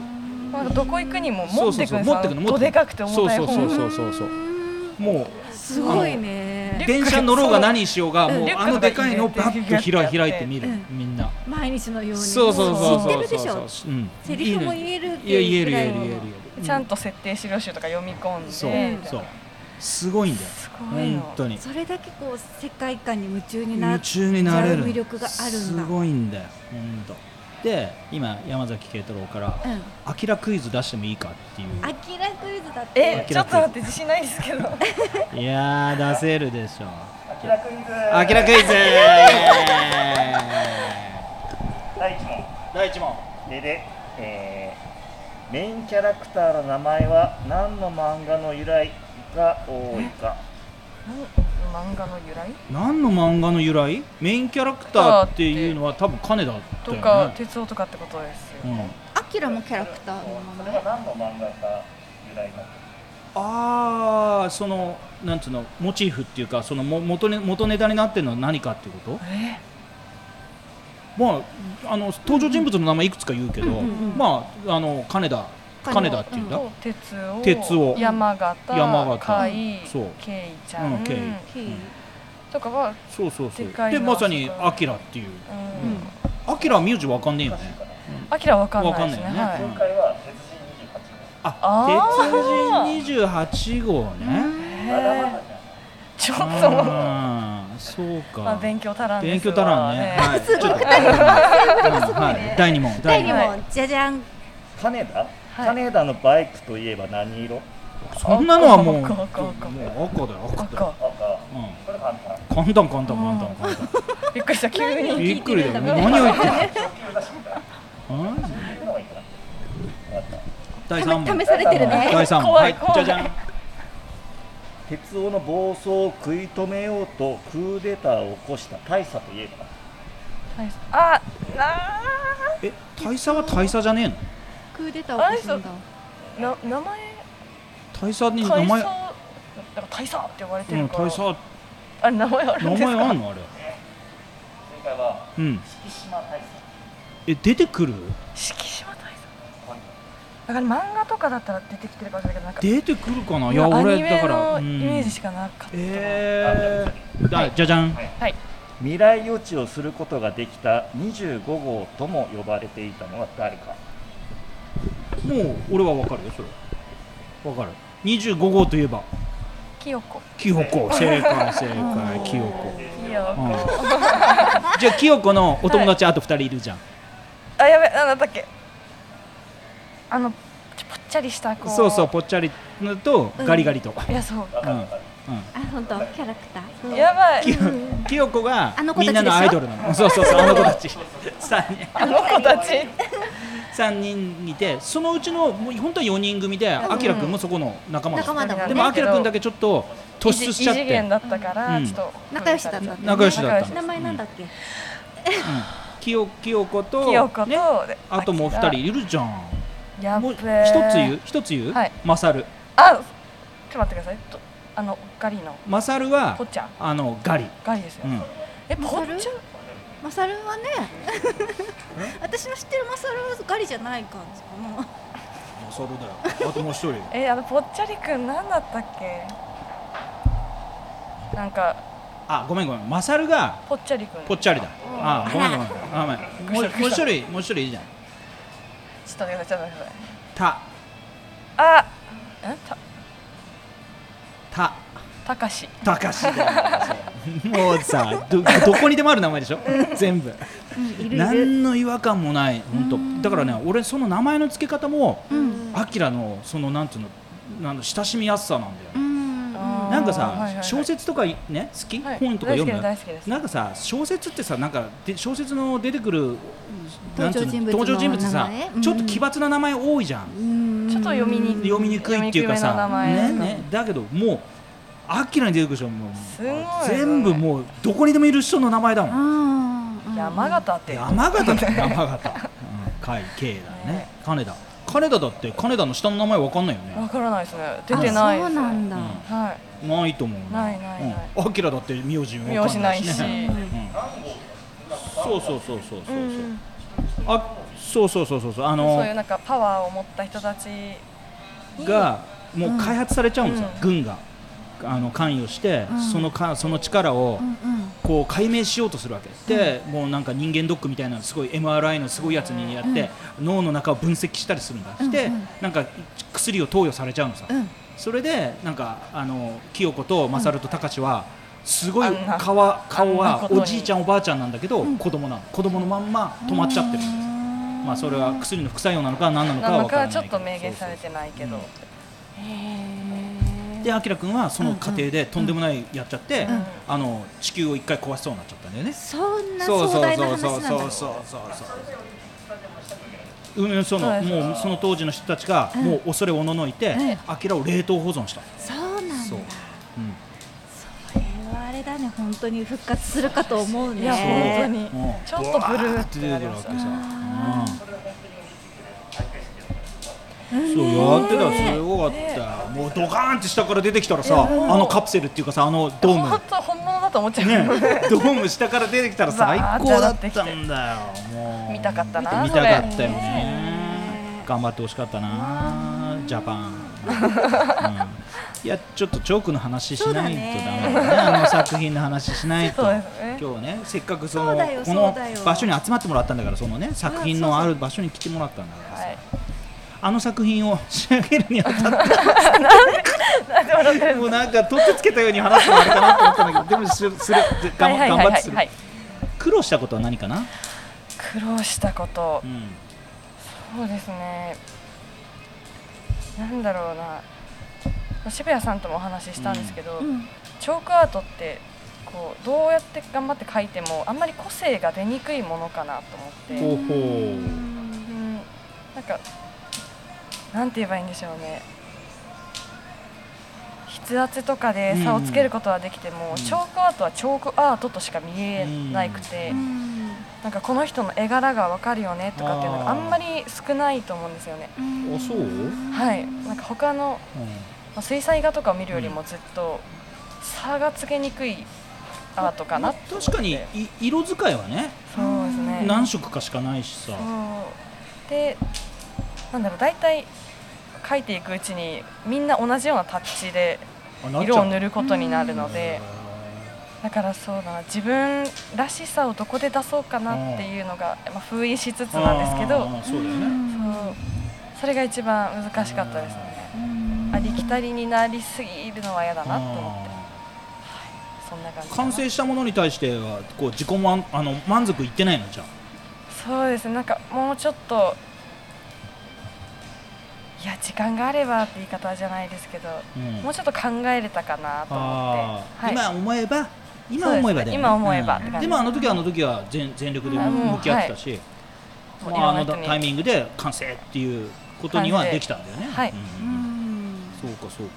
Speaker 4: なんかどこ行くにも
Speaker 2: そ
Speaker 4: 持
Speaker 2: う
Speaker 4: っ
Speaker 2: そう
Speaker 4: てく
Speaker 2: そ
Speaker 4: る
Speaker 2: うん
Speaker 4: です
Speaker 2: 持ってくの
Speaker 4: あの
Speaker 2: 持ってくの
Speaker 4: どでかくて重たい本
Speaker 2: そうそうそうそうも
Speaker 3: すごいね
Speaker 2: う
Speaker 4: リュッ。ク
Speaker 2: 電車乗ろうが何しようが
Speaker 3: そう
Speaker 2: もう
Speaker 4: リュッ
Speaker 2: あ
Speaker 4: ク
Speaker 2: の
Speaker 4: とか
Speaker 2: でかいのを
Speaker 4: 入れて
Speaker 2: バッと開い
Speaker 4: ギュッて
Speaker 2: 開いて見る、
Speaker 3: うん
Speaker 2: みんな
Speaker 3: 毎日のように。
Speaker 2: そうそうそうそ
Speaker 3: 知って
Speaker 2: う
Speaker 3: るでし
Speaker 2: そう
Speaker 3: ょ。
Speaker 2: そう、うん、
Speaker 3: セリフも
Speaker 2: い
Speaker 3: 言える
Speaker 2: い
Speaker 3: って
Speaker 2: ねい
Speaker 3: い
Speaker 2: や
Speaker 3: う
Speaker 2: 言える
Speaker 3: ぐ
Speaker 2: 言
Speaker 3: ら
Speaker 2: え
Speaker 3: い
Speaker 2: る言える言え
Speaker 3: の
Speaker 2: る。
Speaker 4: ちゃんと設定資料集とか読み込んで
Speaker 2: そう
Speaker 4: みたい
Speaker 2: そう
Speaker 4: な
Speaker 2: すごいんだよ
Speaker 4: すごいの
Speaker 2: 本当に
Speaker 3: それだけこう世界観に夢中にな
Speaker 2: 夢
Speaker 3: っ
Speaker 2: 中になれる
Speaker 3: 魅力があるんだ
Speaker 2: すごいんだよ本当で今山崎慶太郎から
Speaker 3: うん。
Speaker 2: 「アキラクイズ出してもいいか?」って
Speaker 3: ア
Speaker 2: い
Speaker 3: キラクイズだって。
Speaker 4: えちょっと待って自信ないですけ
Speaker 2: [LAUGHS]
Speaker 4: ど
Speaker 2: ういやー出せるでしょ
Speaker 1: キラクイズ
Speaker 2: アキラクイズイエーイ
Speaker 1: 第1問
Speaker 2: 第1問
Speaker 1: でで、えーメインキャラクターの名前は何の漫画の由来が多いか
Speaker 4: 漫画の由来
Speaker 2: [LAUGHS] 何の漫画の由来メインキャラクターっていうのは多分金田だ
Speaker 4: と
Speaker 2: よ
Speaker 4: か
Speaker 2: ね
Speaker 4: 鉄夫とかってことです
Speaker 2: う
Speaker 4: よ、
Speaker 2: ん、
Speaker 3: アキラもキャラクターの
Speaker 1: そ
Speaker 3: 名
Speaker 1: れ
Speaker 3: 前
Speaker 1: は。何の漫画が由来なの
Speaker 2: ああそのなんつうのモチーフっていうかそのも元,、ね、元ネタになってるのは何かっていうこと
Speaker 4: え
Speaker 2: まあ、あの登場人物の名前いくつか言うけど、
Speaker 3: うんうんうん
Speaker 2: まあ、あの金田金田っていうんだ、
Speaker 4: 鉄を
Speaker 2: 鉄を
Speaker 4: 山形
Speaker 2: 山形
Speaker 4: 海
Speaker 2: そう
Speaker 4: ケイちゃん、
Speaker 2: うんケイ
Speaker 4: とかは、
Speaker 2: そうそうそう
Speaker 4: でかい
Speaker 2: で
Speaker 4: な
Speaker 2: まさに
Speaker 4: そ
Speaker 2: 「
Speaker 4: こ
Speaker 2: アキラっていう
Speaker 4: うん
Speaker 3: うん
Speaker 2: 「アキラは名字わかんねえよね
Speaker 4: アキラわかんないですね
Speaker 2: わかんないよね
Speaker 1: 今回は鉄人28
Speaker 2: あ
Speaker 4: あー
Speaker 2: 鉄人28号ね
Speaker 1: 号
Speaker 4: はい、
Speaker 1: 並ば
Speaker 4: へ
Speaker 1: ないじゃん
Speaker 4: ーちょっと、
Speaker 2: あーそうか、
Speaker 4: まあ、勉強足らんで
Speaker 2: 勉
Speaker 4: す
Speaker 2: 強
Speaker 4: わ
Speaker 2: 足らんね
Speaker 4: ね
Speaker 2: はいちょっと、うん
Speaker 4: [LAUGHS]
Speaker 2: はい、第2問第
Speaker 3: 第二
Speaker 2: 2問
Speaker 3: 問、じゃじゃん。
Speaker 1: 金田、
Speaker 4: はい
Speaker 1: 金田のバイクといえば何色
Speaker 2: そんなのはもうもう
Speaker 4: 赤赤赤
Speaker 2: 赤だよ赤だよ、
Speaker 4: 赤
Speaker 1: 赤
Speaker 2: うん
Speaker 1: これ簡単
Speaker 2: 簡単簡単簡単簡単
Speaker 4: びっくりした急に
Speaker 2: びっくりだよ何を言ってんのうん
Speaker 1: っていうのがいいかな
Speaker 2: 第3問
Speaker 3: 試されてるね。
Speaker 2: 第三問
Speaker 4: 怖
Speaker 2: はいい
Speaker 4: 怖い
Speaker 2: じゃじゃん
Speaker 1: 鉄夫の暴走を食い止めようとクーデターを起こした大佐といえば
Speaker 4: はいあな
Speaker 2: え大佐は大佐じゃねえの
Speaker 3: クーデターを起こすんだ。
Speaker 4: な名前
Speaker 2: 大佐に名
Speaker 4: 大佐
Speaker 2: 前
Speaker 4: なんか大佐って呼ばれて
Speaker 2: う
Speaker 4: る
Speaker 2: ん
Speaker 4: から、
Speaker 2: 大佐
Speaker 4: あれ名前あるん
Speaker 2: 名
Speaker 4: ですか
Speaker 2: 前あんのあれ
Speaker 1: 正解は
Speaker 2: うん
Speaker 1: 敷島大佐
Speaker 2: え出てくる
Speaker 4: 敷島大佐だから漫画とかだったら出てきてるかもしれないけどなんか
Speaker 2: 出てくるかないや
Speaker 4: アニ
Speaker 2: 俺だ
Speaker 4: メ
Speaker 2: から
Speaker 4: の
Speaker 2: う
Speaker 4: イ
Speaker 2: ん
Speaker 4: メージしかなかったな、
Speaker 2: えーだじゃじゃん
Speaker 1: はい
Speaker 4: はい
Speaker 1: 未来予知をすることができた25号とも呼ばれていたのは誰か
Speaker 2: もう俺はわかるよそれわかる25号といえば
Speaker 4: キヨコ
Speaker 2: キヨコ正解正解キヨコ
Speaker 4: キヨコ、
Speaker 2: うん [LAUGHS] じゃあキヨコのお友達あと2人いるじゃん
Speaker 4: あやべなんだったっけあのちょパッちゃりしたこう
Speaker 2: そうそうぽっちゃりとガリガリと、
Speaker 4: いやそう
Speaker 2: うんうん
Speaker 3: あ本当キャラクター。
Speaker 4: やばい
Speaker 2: ききよこが
Speaker 3: あの子た
Speaker 2: み
Speaker 3: ち
Speaker 2: ん
Speaker 3: でし
Speaker 2: なの
Speaker 3: ょ
Speaker 2: アイドルなのそうそうそうあの子たち三人
Speaker 4: あの子たち
Speaker 2: 三人いてそのうちのもう本当は4人組であきらくんもそこの仲間だった
Speaker 3: 仲間だもん
Speaker 2: で
Speaker 3: ね
Speaker 2: もあきらくんだ
Speaker 4: け
Speaker 2: けちょっと突出しちゃっ
Speaker 4: 異次元
Speaker 2: て
Speaker 4: だったから、
Speaker 2: うん
Speaker 4: ちょっと
Speaker 3: 仲良しだったんだよね。
Speaker 2: 仲良しだったの
Speaker 3: 名前なんだっけ？
Speaker 2: きよきよこと
Speaker 4: きよこと、
Speaker 2: ねあともう2人いるじゃん
Speaker 4: 人やっべ
Speaker 2: もう一つ
Speaker 4: ー
Speaker 2: 言う一つ言う、
Speaker 4: はい
Speaker 2: マサル
Speaker 4: あちょっと待ってくださいとあのガリの
Speaker 2: マサルは
Speaker 4: ぽっちゃん
Speaker 2: あのガリ、
Speaker 4: ガリですよ、
Speaker 2: うん、
Speaker 4: えぽっちゃん
Speaker 3: マサルはね、私の知ってるマサルはガリじゃない感じかな。
Speaker 2: マサルだよあともう一人
Speaker 4: えあのぽっちゃりくん何だったっけなんか
Speaker 2: あごめんごめんマサルが
Speaker 4: ぽっちゃりくん
Speaker 2: ぽっ
Speaker 4: ち
Speaker 2: ちゃりだ
Speaker 4: ん
Speaker 2: あごめんごめんあごめんもうもう一人もう一人いいじゃん
Speaker 4: ょっと待ってくださいちょっと待ってください
Speaker 2: た
Speaker 4: あんた
Speaker 2: た
Speaker 4: たかした
Speaker 2: かしだよもうさどどこにでもある名前でしょ全部
Speaker 3: うん、いるいる。
Speaker 2: 何の違和感もない本当だからね俺その名前の付け方も
Speaker 3: うん。
Speaker 2: アキラのそのなんていうのあの親しみやすさなんだよ
Speaker 3: う
Speaker 2: ね
Speaker 3: ん。
Speaker 4: あー
Speaker 2: なんか
Speaker 4: はいはい
Speaker 2: さ
Speaker 4: はい
Speaker 2: 小説とかね好き
Speaker 4: はい
Speaker 2: 本とか読む
Speaker 4: 大好きです大好きです
Speaker 2: なんかさ小説ってさなんかで小説の出てくるなんて
Speaker 3: 登場
Speaker 2: いうの
Speaker 3: 人物の
Speaker 2: 登場人物ってさ
Speaker 3: 名前うん
Speaker 2: ちょっと奇抜な名前多いじゃん
Speaker 3: うん
Speaker 4: ちょっと読みにくい
Speaker 2: 読みにくいっていうかさ
Speaker 4: 読み
Speaker 2: ね
Speaker 4: にくい名前
Speaker 2: ねだけどもうアキラに出てくる人はもう
Speaker 4: すごいですね
Speaker 2: 全部もうどこにでもいる人の名前だもん
Speaker 3: あー
Speaker 4: 山形って
Speaker 2: 山形だよ山形海慶だよね
Speaker 4: ね
Speaker 2: 金田金田だって金田の下の名前わかんないよ
Speaker 4: わ
Speaker 2: ね
Speaker 4: からないですね出てない
Speaker 3: あ
Speaker 4: で
Speaker 3: そ
Speaker 4: す
Speaker 3: うなんだ。
Speaker 4: は
Speaker 2: ないと思う
Speaker 4: ないないない
Speaker 2: うんアキラだって名字わかんないし
Speaker 4: 名字ないし
Speaker 2: ねうんそうそうそうそう
Speaker 4: い、
Speaker 2: そうそうあそうそうそうそうそうあ
Speaker 4: そ
Speaker 2: の
Speaker 4: ういうなんかパワーを持った人たちに
Speaker 2: がもう開発されちゃうんですよ
Speaker 4: うん
Speaker 2: 軍があの関与して
Speaker 3: うん
Speaker 2: そのかその力を
Speaker 3: うんうん。
Speaker 2: こう解明しようとするわけで、もうなんか人間ドックみたいなすごい MRI のすごいやつにやって、脳の中を分析したりするんだして、
Speaker 3: うんうん
Speaker 2: なんか薬を投与されちゃうのさ、
Speaker 3: うん
Speaker 2: それでなんかあの清子と勝と高志はすごい
Speaker 4: あんな
Speaker 2: 顔は顔
Speaker 4: あんな
Speaker 2: は
Speaker 4: ことに
Speaker 2: おじいちゃんおばあちゃんなんだけど、子供なの子供のまんま止まっちゃってるんです、まあ、それは薬の副作用なのか何なのか
Speaker 4: な
Speaker 2: は
Speaker 4: の
Speaker 2: 分か
Speaker 4: か
Speaker 2: な
Speaker 4: ら
Speaker 2: い
Speaker 4: ち
Speaker 2: け
Speaker 4: ょ
Speaker 2: ど
Speaker 4: っと明言されてないけど、
Speaker 2: うん
Speaker 3: へ
Speaker 2: で、あきらくんはその過程でとんでもないやっちゃって、
Speaker 4: ん
Speaker 2: あの地球を一回壊しそうになっちゃったんだよね
Speaker 3: ー。そんな
Speaker 2: そう
Speaker 3: 壮
Speaker 2: そう
Speaker 3: 大な
Speaker 2: そう
Speaker 3: 話
Speaker 2: そうん
Speaker 3: なだ。
Speaker 2: そうそうそううん、その
Speaker 4: そうです
Speaker 2: もうその当時の人たちがもう恐れおののいて、
Speaker 3: うん
Speaker 2: アキラを冷凍保存した、
Speaker 3: そうなん
Speaker 2: そう
Speaker 3: だ。
Speaker 2: うん
Speaker 3: それはあれだね、本当に復活するかと思うね。
Speaker 4: いや本当に
Speaker 2: うん
Speaker 4: ちょっとブルーって
Speaker 2: 出
Speaker 4: な
Speaker 2: てくる
Speaker 4: りま
Speaker 2: わ
Speaker 4: し
Speaker 2: け
Speaker 4: た
Speaker 2: さ、
Speaker 3: 当
Speaker 2: うん、そうやってたらすごかったよもうドカーンって下から出てきたらさ、あのカプセルっていうかさあのドーム [LAUGHS]
Speaker 4: 本当本物だと思っちゃう、
Speaker 2: ね、ドーム下から出てきたら最高だったんだよ。もう
Speaker 4: 見たかったな
Speaker 2: 見たかったよね。頑張ってほしかったな。ジャパン。うんいやちょっとチョークの話しないとダメだね。あの作品の話しないと。
Speaker 4: そうですね
Speaker 2: 今日ねせっかくその
Speaker 3: そうだよ
Speaker 2: この
Speaker 3: そうだよ
Speaker 2: 場所に集まってもらったんだからそのね作品のある場所に来てもらったんだからさ
Speaker 4: はい
Speaker 2: あの作品を仕上げるにあたっ
Speaker 4: なんで笑って
Speaker 2: て
Speaker 4: るん
Speaker 2: も
Speaker 4: で
Speaker 2: うなんか取ってつけたように話すのあれかなと思ったんだけどでもするする
Speaker 4: すか
Speaker 2: 頑張頑張ってする
Speaker 4: はいはいはいはい
Speaker 2: 苦労したことは何かな、
Speaker 4: 苦労したこと、
Speaker 2: うん
Speaker 4: そうですねなんだろうな渋谷さんともお話ししたんですけど、
Speaker 3: うん
Speaker 4: チョークアートってこうどうやって頑張って描いてもあんまり個性が出にくいものかなと思って、
Speaker 2: ほうほう
Speaker 4: うん、なんかなんて言えばいいんでしょうね筆圧とかで差をつけることはできても、
Speaker 2: うん
Speaker 4: チョークアートはチョークアートとしか見えなくて、
Speaker 3: うん
Speaker 4: なんかこの人の絵柄がわかるよねとかっていうのが
Speaker 2: あ
Speaker 4: あ
Speaker 2: ー
Speaker 4: んまり少ないと思うんですよね。
Speaker 3: うん
Speaker 2: あそう
Speaker 4: はい、なんか他の
Speaker 2: う
Speaker 4: まあ水彩画とかを見るよりもずっと差がつけにくいアートかなって思って
Speaker 2: 確かにい色使いはね、
Speaker 4: そうですね
Speaker 2: 何色かしかないしさ、
Speaker 4: そうでなんだろう大体描いていくうちにみんな同じようなタッチで
Speaker 2: あなっちゃう
Speaker 4: 色を塗ることになるのでだからそうだな自分らしさをどこで出そうかなっていうのが、まあ、封印しつつなんですけ
Speaker 2: あ
Speaker 4: ど
Speaker 2: ーそうだよね。
Speaker 4: そうそれが一番難しかったですね
Speaker 3: うん
Speaker 4: ありきたりになりすぎるのは嫌だなと思って
Speaker 2: あ
Speaker 4: そんな感じ
Speaker 2: ー
Speaker 4: かな
Speaker 2: 完成したものに対してはこう自己満あの満足いってないのじゃあ
Speaker 4: そうですねなんかもうちょっといや時間があればって言い方じゃないですけど、
Speaker 2: うん
Speaker 4: もうちょっと考えれたかなと思
Speaker 2: あ
Speaker 4: っ
Speaker 2: ー
Speaker 4: て、はい、
Speaker 2: 今思えば今思えばだよね、
Speaker 4: そうですね今思えば
Speaker 2: う
Speaker 4: って感
Speaker 2: ん
Speaker 4: じです
Speaker 2: でもあの時はあの時は全全力で向き合ってたし、
Speaker 4: も
Speaker 2: まあ、
Speaker 4: ういろん
Speaker 2: あ
Speaker 4: な
Speaker 2: の
Speaker 4: 人
Speaker 2: タイ
Speaker 4: に
Speaker 2: ミングで完成っていうことには
Speaker 4: 完成
Speaker 2: できたんだよね、
Speaker 4: はい
Speaker 2: うんうんうん
Speaker 3: ん
Speaker 2: そうかそうか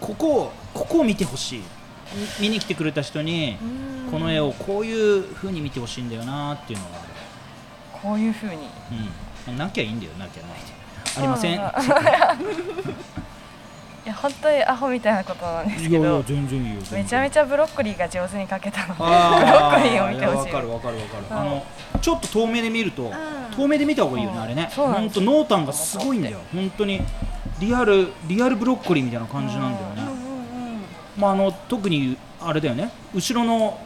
Speaker 2: ここをここを見てほしいみ見に来てくれた人にこの絵をこういうふうに見てほしいんだよなっていうのがある
Speaker 4: こういうふうに
Speaker 2: うん、なきゃいいんだよなきゃないでありま
Speaker 4: [LAUGHS]
Speaker 2: せん
Speaker 4: う
Speaker 2: い
Speaker 4: ん
Speaker 2: や
Speaker 4: いや本当にアホみたいなことなんですけ
Speaker 2: いや
Speaker 4: ど
Speaker 2: 全然いいよ全然
Speaker 4: めちゃめちゃブロッコリーが上手に描けたのでブロ
Speaker 2: あ
Speaker 4: ッコ
Speaker 2: ー
Speaker 4: リーを見てほしい
Speaker 2: やわかるわかるわかる、
Speaker 4: うん
Speaker 2: あのちょっと遠目で見ると
Speaker 3: ん
Speaker 2: 遠目で見た方がいいよね
Speaker 4: うん
Speaker 2: あれね
Speaker 4: そうな
Speaker 2: 本
Speaker 4: んで
Speaker 2: 当
Speaker 4: す
Speaker 2: 濃淡がすごいんだよ本当にリアルリアルブロッコリーみたいな感じなんだよね、まあ、あの特にあれだよね後ろの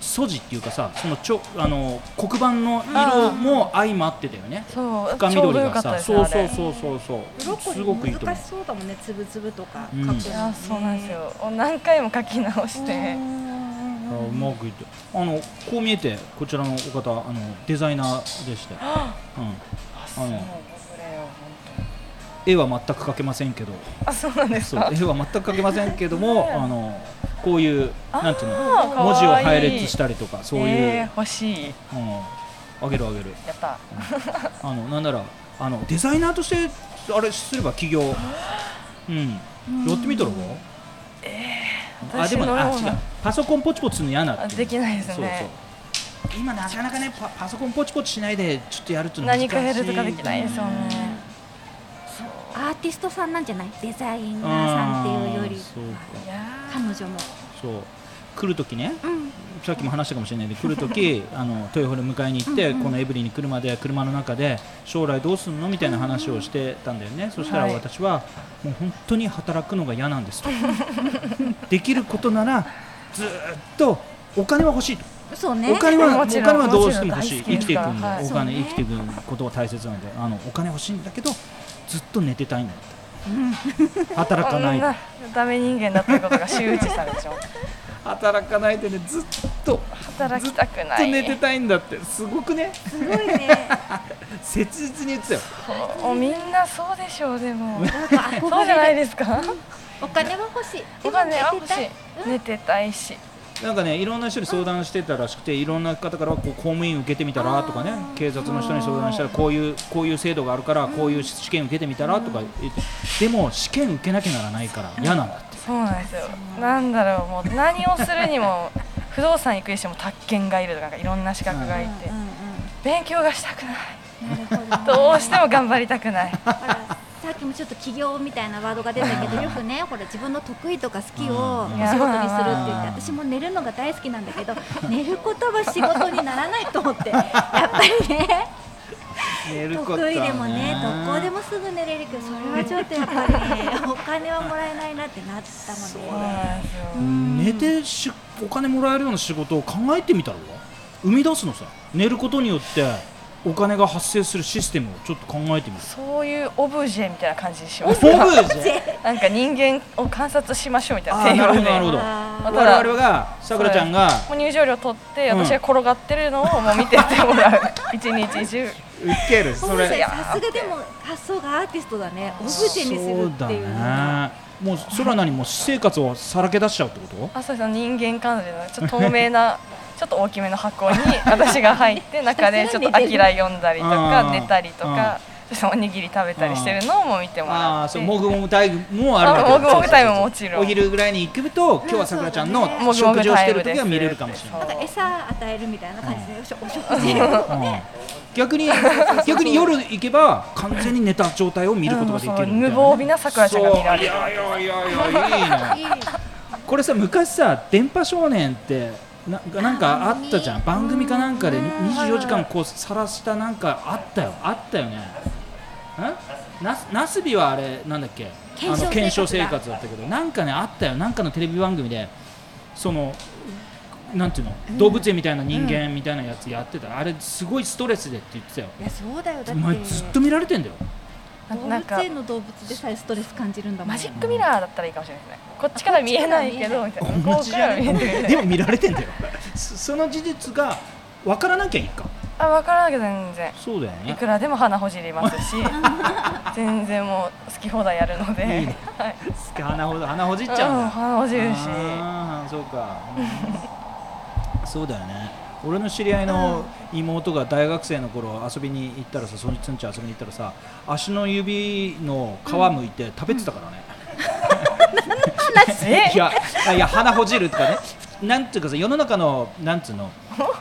Speaker 2: 素地っていうかさそのちょあの黒板の色も相まってたよね
Speaker 4: そう
Speaker 2: 深
Speaker 4: ちょう
Speaker 2: 緑
Speaker 4: どよ
Speaker 2: が
Speaker 4: かった
Speaker 2: さ
Speaker 4: です
Speaker 2: そう
Speaker 4: あ
Speaker 2: そう
Speaker 4: れ
Speaker 2: そうそうそ
Speaker 3: ブロ
Speaker 2: う
Speaker 3: ッコリ
Speaker 2: すごくいい
Speaker 3: ー
Speaker 2: と思
Speaker 3: 難
Speaker 2: う
Speaker 3: しそうだもんね粒々とか
Speaker 2: うん
Speaker 3: 描くのね
Speaker 4: いやそうなんですよ何回も描き直し
Speaker 3: うん
Speaker 4: て
Speaker 2: あうまくいったあのこう見えてこちらのお方あのデザイナーでして、うん、
Speaker 4: あそう
Speaker 2: あの
Speaker 4: これを本当に
Speaker 2: 絵は全く描けませんけど
Speaker 4: あそうなんです
Speaker 2: そう
Speaker 4: か
Speaker 2: 絵は全く描けませんけど
Speaker 4: [LAUGHS]
Speaker 2: もあのこういうなんていうの
Speaker 4: あー
Speaker 2: 文字を
Speaker 4: かわいい
Speaker 2: 配列したりとかそうい
Speaker 4: え
Speaker 2: う
Speaker 4: ー、、欲しい
Speaker 2: うん、あげるあげる
Speaker 4: やった
Speaker 2: あのなんならあのデザイナーとしてあれすれば起業、うん、やってみたらばあでもあ違うパソコンポチポチするの嫌なって
Speaker 4: あできないですね
Speaker 2: そうそう今なかなかねパパソコンポチポチしないでちょっとやるっていうのは難
Speaker 4: 何
Speaker 2: しい
Speaker 4: かやるとかできないですよね
Speaker 3: アーティストさんなんじゃないデザイナー
Speaker 2: うん
Speaker 3: さんっていうより
Speaker 2: そう
Speaker 4: い
Speaker 2: か
Speaker 4: や
Speaker 3: 彼女も
Speaker 2: そう来る時ね
Speaker 3: うん
Speaker 2: さっきも話したかもしれないけど来る時
Speaker 4: [LAUGHS]
Speaker 2: あの豊穂に迎えに行って
Speaker 3: うんうん
Speaker 2: このエブリィに来るまで車の中で将来どうすんのみたいな話をしてたんだよね、そしたら
Speaker 4: はい
Speaker 2: 私はもう本当に働くのが嫌なんですと [LAUGHS] できることならずっとお金は欲しいと
Speaker 3: そうね
Speaker 2: お金はお
Speaker 4: もち
Speaker 2: 金
Speaker 4: ろん
Speaker 2: はどうしても欲しい生
Speaker 4: もちろん大好き
Speaker 2: き
Speaker 4: です
Speaker 2: ていく
Speaker 4: から
Speaker 2: んだ、
Speaker 4: はい
Speaker 2: お金
Speaker 3: そうね
Speaker 2: 生きていくことが大切なのであのお金欲しいんだけどずっと寝てたいんだって働
Speaker 4: こ
Speaker 2: か
Speaker 4: ん [LAUGHS]
Speaker 2: ない
Speaker 4: なダメ人間だということが周知されちゃう
Speaker 2: 働かないでねずっと
Speaker 4: 働きたく
Speaker 2: ずっ
Speaker 4: な
Speaker 2: と
Speaker 4: い
Speaker 2: 寝てたいんだってすごくね
Speaker 3: すごいね
Speaker 2: [LAUGHS] 切実に言ってたよ
Speaker 4: おみんなそうでしょうでも
Speaker 3: なんか憧れる
Speaker 4: そうじゃないで
Speaker 2: [LAUGHS]
Speaker 4: すか
Speaker 3: お金は欲しい
Speaker 4: お金は欲しい
Speaker 3: うん
Speaker 4: 寝てたいし
Speaker 2: なんかねいろんな人に相談してたらしくて、いろんな方からこう公務員受けてみたらとかね警察の人に相談したらこういうこういう制度があるからこういう試験受けてみたらとか言って、でも試験受けなきゃならないから嫌なんだって
Speaker 4: そうなんですよなんだろうもう何をする
Speaker 2: [LAUGHS]
Speaker 4: にも不動産行くにしても宅建がいるとかなんかいろんな資格がいて
Speaker 3: うん
Speaker 4: 勉強がしたくない
Speaker 3: うんなるほど
Speaker 4: どうしても頑張りた
Speaker 2: [LAUGHS]
Speaker 4: くない
Speaker 3: ほら [LAUGHS] さっきもちょっと起業みたいなワードが出たけどよくねほら自分の得意とか好きをお仕事にするって言って私も寝るのが大好きなんだけど [LAUGHS] 寝ることは仕事にならないと思ってやっぱりね
Speaker 2: 寝
Speaker 3: 得意でもねどこでもすぐ寝れるけどそれはちょっとやっぱりねお金はもらえないなってなった
Speaker 4: そう
Speaker 3: もんね
Speaker 4: なんですよ
Speaker 2: 寝てしお金もらえるような仕事を考えてみたら生み出すのさ寝ることによってお金が発生するシステムをちょっと考えてみる
Speaker 4: そういうオブジェみたいな感じにします
Speaker 2: オブジェ
Speaker 4: [LAUGHS] なんか人間を観察しましょうみたいな
Speaker 2: あーなるほどなるほど
Speaker 3: あ
Speaker 4: また
Speaker 2: 我々がさくらちゃんが
Speaker 4: もう入場料取って
Speaker 2: うん
Speaker 4: 私が転がってるのをもう見ててもらう
Speaker 2: [LAUGHS]
Speaker 4: 一日中
Speaker 2: ウケる
Speaker 3: ー
Speaker 2: そ
Speaker 3: そう
Speaker 2: れ
Speaker 3: だよさすがでも発想がアーティストだねオブジェにするっていうのが
Speaker 2: ねもうそれは何もう私生活をさらけ出しちゃうってこと
Speaker 4: あそうです人間関係のちょっと透
Speaker 2: [LAUGHS]
Speaker 4: 明なちょっと大きめの箱に私が入って中でちょっとアキラ読んだりと
Speaker 2: あ
Speaker 4: か
Speaker 2: ー
Speaker 4: 寝たりとかちょっとおにぎり食べたりしてるのをもう見ても
Speaker 2: あ
Speaker 4: ら
Speaker 2: あ
Speaker 4: って
Speaker 2: そうもぐもぐタイムもあるわけ
Speaker 4: あもぐもぐタイムももちろん
Speaker 2: お昼ぐらいに行くと今日はさくらちゃんの
Speaker 3: そうだ
Speaker 4: ね
Speaker 2: 食事をしてる時は見れるかもしれない
Speaker 4: もぐもぐタイムです
Speaker 3: なんか餌与えるみたいな感じで、おしょお食
Speaker 2: う
Speaker 3: 事
Speaker 2: ん逆に逆に夜行けば完全に寝た状態を見ることができるみたいなね、
Speaker 4: うんそう無防備なさくらちゃんが見られる
Speaker 2: そういやいやいやいやいいねこれさ昔さ「電波少年」ってななんかあったじゃん番組かなんかで24時間こうさらしたなんかあったよあったよねんななすびはあれなんだっけ
Speaker 3: 検証生活
Speaker 2: あ
Speaker 3: だ
Speaker 2: の検証生活だったけどなんかねあったよなんかのテレビ番組でそのなんていうの動物園みたいな人間みたいなやつやってた、あれすごいストレスでって言ってたよ
Speaker 3: いやそうだよだって
Speaker 2: お前ずっと見られてんだよ
Speaker 4: なん
Speaker 3: 動
Speaker 4: かなんか
Speaker 3: 物園の動物でさえストレス感じるんだもん
Speaker 4: マジックミラーだったらいいかもしれないですねこっちから見えないけどみたいな向
Speaker 2: 同
Speaker 4: こ
Speaker 2: じじ
Speaker 4: うか
Speaker 2: [LAUGHS] ゃ
Speaker 4: ら
Speaker 2: ね
Speaker 4: 見えてるみたい
Speaker 2: でも見られてんだよそその事実が分からなきゃいいか
Speaker 4: なあ分からんけど全然
Speaker 2: そうだよ
Speaker 4: い
Speaker 2: ね
Speaker 4: くらでも花ほじります
Speaker 2: [LAUGHS]
Speaker 4: し全然もう好き放題やるので
Speaker 2: いいね
Speaker 4: はい、
Speaker 2: 鼻ほ鼻ほじっちゃうん
Speaker 4: うん、
Speaker 2: だ
Speaker 4: 花ほじるし
Speaker 2: あーそうか、そうだよね俺の知り合いの妹が大学生の頃遊びに行ったらさそのつんちゃん遊びに行ったらさ足の指の皮むいて食べてたからね、[LAUGHS]
Speaker 4: え
Speaker 2: いやあいや鼻ほじるとかねなんていうかさ世の中のなんつうの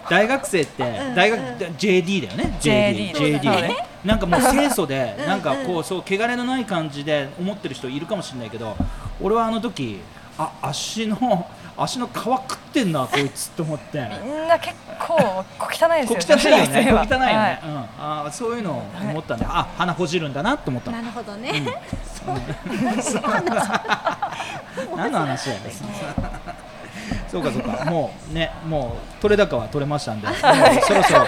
Speaker 2: 大学生って大学 JD だよね JD
Speaker 4: JD そうだ
Speaker 2: JD
Speaker 4: ね
Speaker 2: なんかもう清楚でなんかこうそう汚れのない感じで思ってる人いるかもしれないけど俺はあの時あ足の足の皮食ってんなこいつと思って
Speaker 4: みんな結構小汚い
Speaker 2: こう汚
Speaker 4: ですよ
Speaker 2: いよね
Speaker 4: 大学生
Speaker 2: こう汚
Speaker 4: は
Speaker 2: いよね、
Speaker 4: はい
Speaker 2: うん、あーそういうのを思ったんであ鼻ほじるんだなと思った
Speaker 3: なるほどね、
Speaker 2: 何の話だよね。 [LAUGHS] そうかそうか、もうね、もう取れ高は取れましたんで、もうそろそろ。うん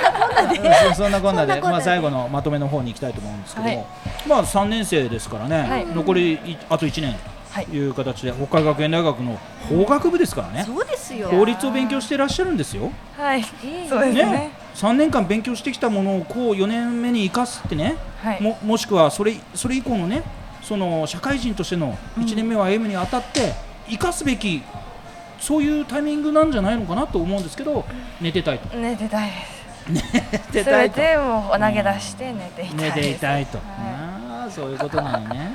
Speaker 2: そそんなこんな
Speaker 3: そんなこんなで
Speaker 2: で、まあ最後のまとめの方に行きたいと思うんですけど
Speaker 4: はい
Speaker 2: も。まあ三年生ですから
Speaker 4: は
Speaker 2: ね
Speaker 4: い、
Speaker 2: 残りいあと一年
Speaker 4: はい
Speaker 2: という形で、北海学園大学の法学部ですからね。
Speaker 3: [LAUGHS] そうですよ
Speaker 2: 法律を勉強していらっしゃるんですよ。
Speaker 4: はい、
Speaker 3: ー
Speaker 4: そうですね
Speaker 2: ね、三年間勉強してきたものをこう四年目に生かすってね。
Speaker 4: はい
Speaker 2: ももしくはそれそれ以降のねその社会人としての1年目を歩むにあたって生かすべき、そういうタイミングなんじゃないのかなと思うんですけど、寝てたいと
Speaker 4: 寝てたいです
Speaker 2: 寝て
Speaker 4: す
Speaker 2: た
Speaker 4: べ
Speaker 2: いと
Speaker 4: てもう投げ出して寝ていたい
Speaker 2: 寝
Speaker 4: です
Speaker 2: ていたいと、
Speaker 4: はい
Speaker 2: ああそういうことなのね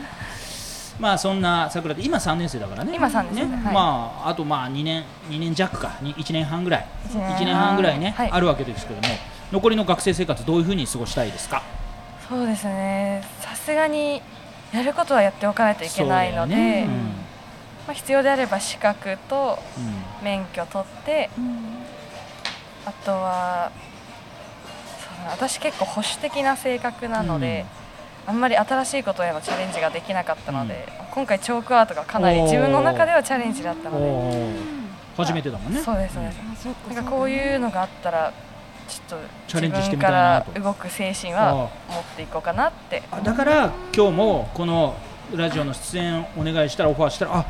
Speaker 2: まあそんな桜って今3年生だからね
Speaker 4: 今3
Speaker 2: ね
Speaker 4: 年生はい
Speaker 2: まああとまあ2年2年弱かに1年半ぐらい
Speaker 4: 一年半
Speaker 2: 1年半ぐらいね、
Speaker 4: はい
Speaker 2: あるわけですけども残りの学生生活どういうふうに過ごしたいですか
Speaker 4: そうですねさすがにやることはやっておかないといけないので、
Speaker 2: そうだよね
Speaker 4: まあ、必要であれば資格と
Speaker 2: うんうん
Speaker 4: 免許取って
Speaker 3: うん
Speaker 4: あとはそうだな私結構保守的な性格なので、あんまり新しいことへのチャレンジができなかったので、今回チョークアートがかなり
Speaker 2: おー
Speaker 4: 自分の中ではチャレンジだったので、
Speaker 2: おー初めてだもんね。
Speaker 4: そうですそうです、
Speaker 3: あそっか
Speaker 4: なんかこういうのがあったらちょっ
Speaker 2: チ
Speaker 4: と
Speaker 2: ャレンジし
Speaker 4: 自
Speaker 2: て
Speaker 4: 分
Speaker 2: みた
Speaker 4: か
Speaker 2: いな
Speaker 4: ら
Speaker 2: と
Speaker 4: 動く精神は持っていこうかなって
Speaker 2: あだから今日もこのラジオの出演お願いしたらオファーしたらあ、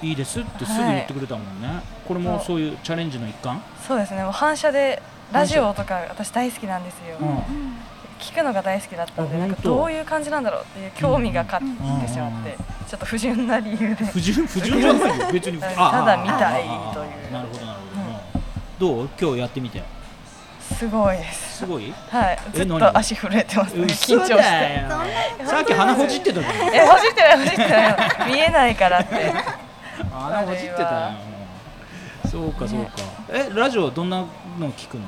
Speaker 2: いいですってすぐ言ってくれたもんね、これもそういうチャレンジの一環、
Speaker 4: そうですねもう反射でラジオとか私大好きなんですよ、
Speaker 2: うん
Speaker 4: 聞くのが大好きだったので
Speaker 2: あ
Speaker 4: なん
Speaker 2: 本
Speaker 4: か
Speaker 2: 当
Speaker 4: どういう感じなんだろうっていう興味が勝ってしまって、
Speaker 2: うん
Speaker 4: ちょっと不純な理由で
Speaker 2: 不 [LAUGHS] 純不純じゃないよ別に
Speaker 4: ただ
Speaker 2: ああ
Speaker 4: 見たい
Speaker 2: ああ
Speaker 4: という
Speaker 2: なるほどなるほど、どう今日やってみて
Speaker 4: すごいです
Speaker 2: すご [LAUGHS] い
Speaker 4: はい
Speaker 2: え
Speaker 4: ずっ
Speaker 2: 何
Speaker 4: と足震えてますね緊
Speaker 2: 嘘
Speaker 4: 張して
Speaker 2: だよさっき鼻ほじってたじゃん
Speaker 4: えほじってないほじってない見えないからって
Speaker 2: 鼻ほじってたよ
Speaker 4: あれは
Speaker 2: そうかそうかえラジオどんなの聞くの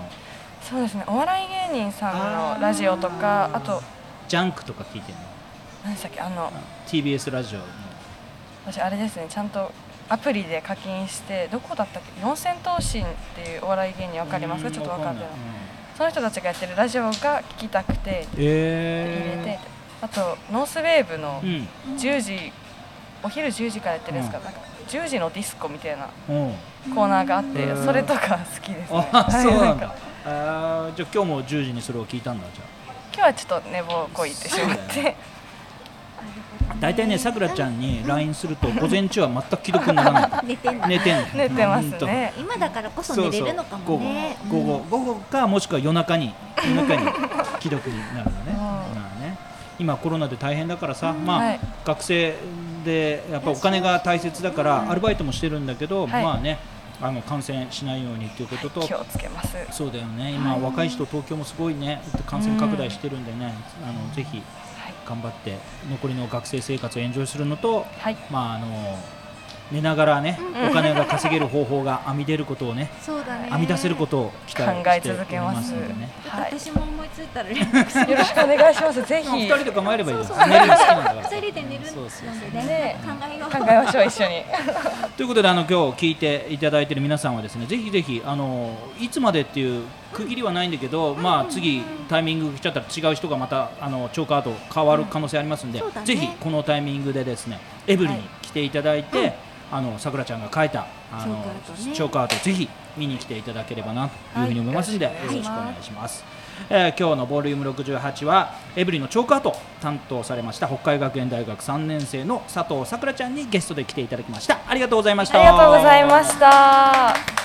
Speaker 4: そうですねお笑い芸人さんのラジオとかあと
Speaker 2: ジャンクとか聞いてんの
Speaker 4: 何でしたっけあの
Speaker 2: TBS ラジオの
Speaker 4: 私あれですねちゃんとアプリで課金してどこだったっけ四千頭身っていうお笑い芸人わかりますかちょっとわかんない
Speaker 2: うん
Speaker 4: その人たちがやってるラジオが聞きたくて入れ
Speaker 2: え
Speaker 4: てあとノースウェーブの
Speaker 2: ー、
Speaker 4: 10時お昼10時からやってるんですかなんか10時のディスコみたいな
Speaker 2: うん、うん、
Speaker 4: コーナーがあっ
Speaker 2: へ
Speaker 4: て
Speaker 2: ー
Speaker 4: それとか好きですね
Speaker 2: あ
Speaker 4: はい
Speaker 2: そうなん
Speaker 4: か
Speaker 2: だ。あーじゃあ今日も10時にそれを聞いたんだじゃ
Speaker 4: 今日はちょっと寝坊こいてしまっ
Speaker 2: そうだ
Speaker 4: て
Speaker 2: あ。大体ねさくらちゃんに LINE すると午前中は全く既読にならない。
Speaker 3: 寝てんの
Speaker 4: [LAUGHS]
Speaker 2: 寝てんの。
Speaker 4: 寝てます
Speaker 2: うんと
Speaker 4: ね
Speaker 3: 今だからこそ寝れるのかもね
Speaker 2: そうそう午後午後午後かもしくは夜中に夜中に既読になるのね。
Speaker 4: うん
Speaker 2: まあね。今コロナで大変だからさ、まあ、
Speaker 4: はい
Speaker 2: 学生でやっぱお金が大切だからアルバイトもしてるんだけど、
Speaker 4: はい
Speaker 2: まあねあの感染しないようにということと、
Speaker 4: 気をつけます
Speaker 2: そうだよね、今、若い人、東京もすごいね、感染拡大してるんでね、あのぜひ
Speaker 4: はい
Speaker 2: 頑張って、残りの学生生活をエンジョイするのと、
Speaker 4: はい
Speaker 2: まあ、あの寝ながらね、お金が稼げる方法が編み出ることをね、
Speaker 3: そうだね
Speaker 2: 編み出せることを期
Speaker 4: 考
Speaker 2: 待
Speaker 4: え
Speaker 2: してお
Speaker 4: 続
Speaker 2: り
Speaker 4: けま
Speaker 2: ますすのでね。
Speaker 4: はい
Speaker 3: 私も思いついたら連絡する
Speaker 4: よろしくお願いしますぜひ
Speaker 2: まあ二人と構えればいいよ。
Speaker 3: そう
Speaker 2: 寝
Speaker 3: そう
Speaker 2: るの好きなんだから。
Speaker 3: 二人で寝
Speaker 2: [LAUGHS]
Speaker 3: る
Speaker 2: そうそう
Speaker 3: ので
Speaker 2: そう
Speaker 3: ね
Speaker 4: ね
Speaker 3: 考えよう
Speaker 4: 考えましょう一
Speaker 2: [LAUGHS]
Speaker 4: 緒に
Speaker 2: ということであの今日聞いていただいている皆さんはですねぜひぜひあのいつまでっていう区切りはないんだけど、まあ次タイミング来ちゃったら違う人がまたあのチョークアート変わる可能性ありますんで、
Speaker 3: そうだね
Speaker 2: ぜひこのタイミングでですねエブリィに来ていただいて、あのさくらちゃんが描いたあのチ
Speaker 3: チョ
Speaker 2: ョ
Speaker 3: ー
Speaker 2: ークアートぜひ見に来ていただければなというふうに思いますんで、
Speaker 4: はい
Speaker 2: よろしくお願いします。えー今日のボリューム68はエブリィのチョークアート担当されました北海学園大学3年生の佐藤さくらちゃんにゲストで来ていただきましたありがとうございました
Speaker 4: ありがとうございました。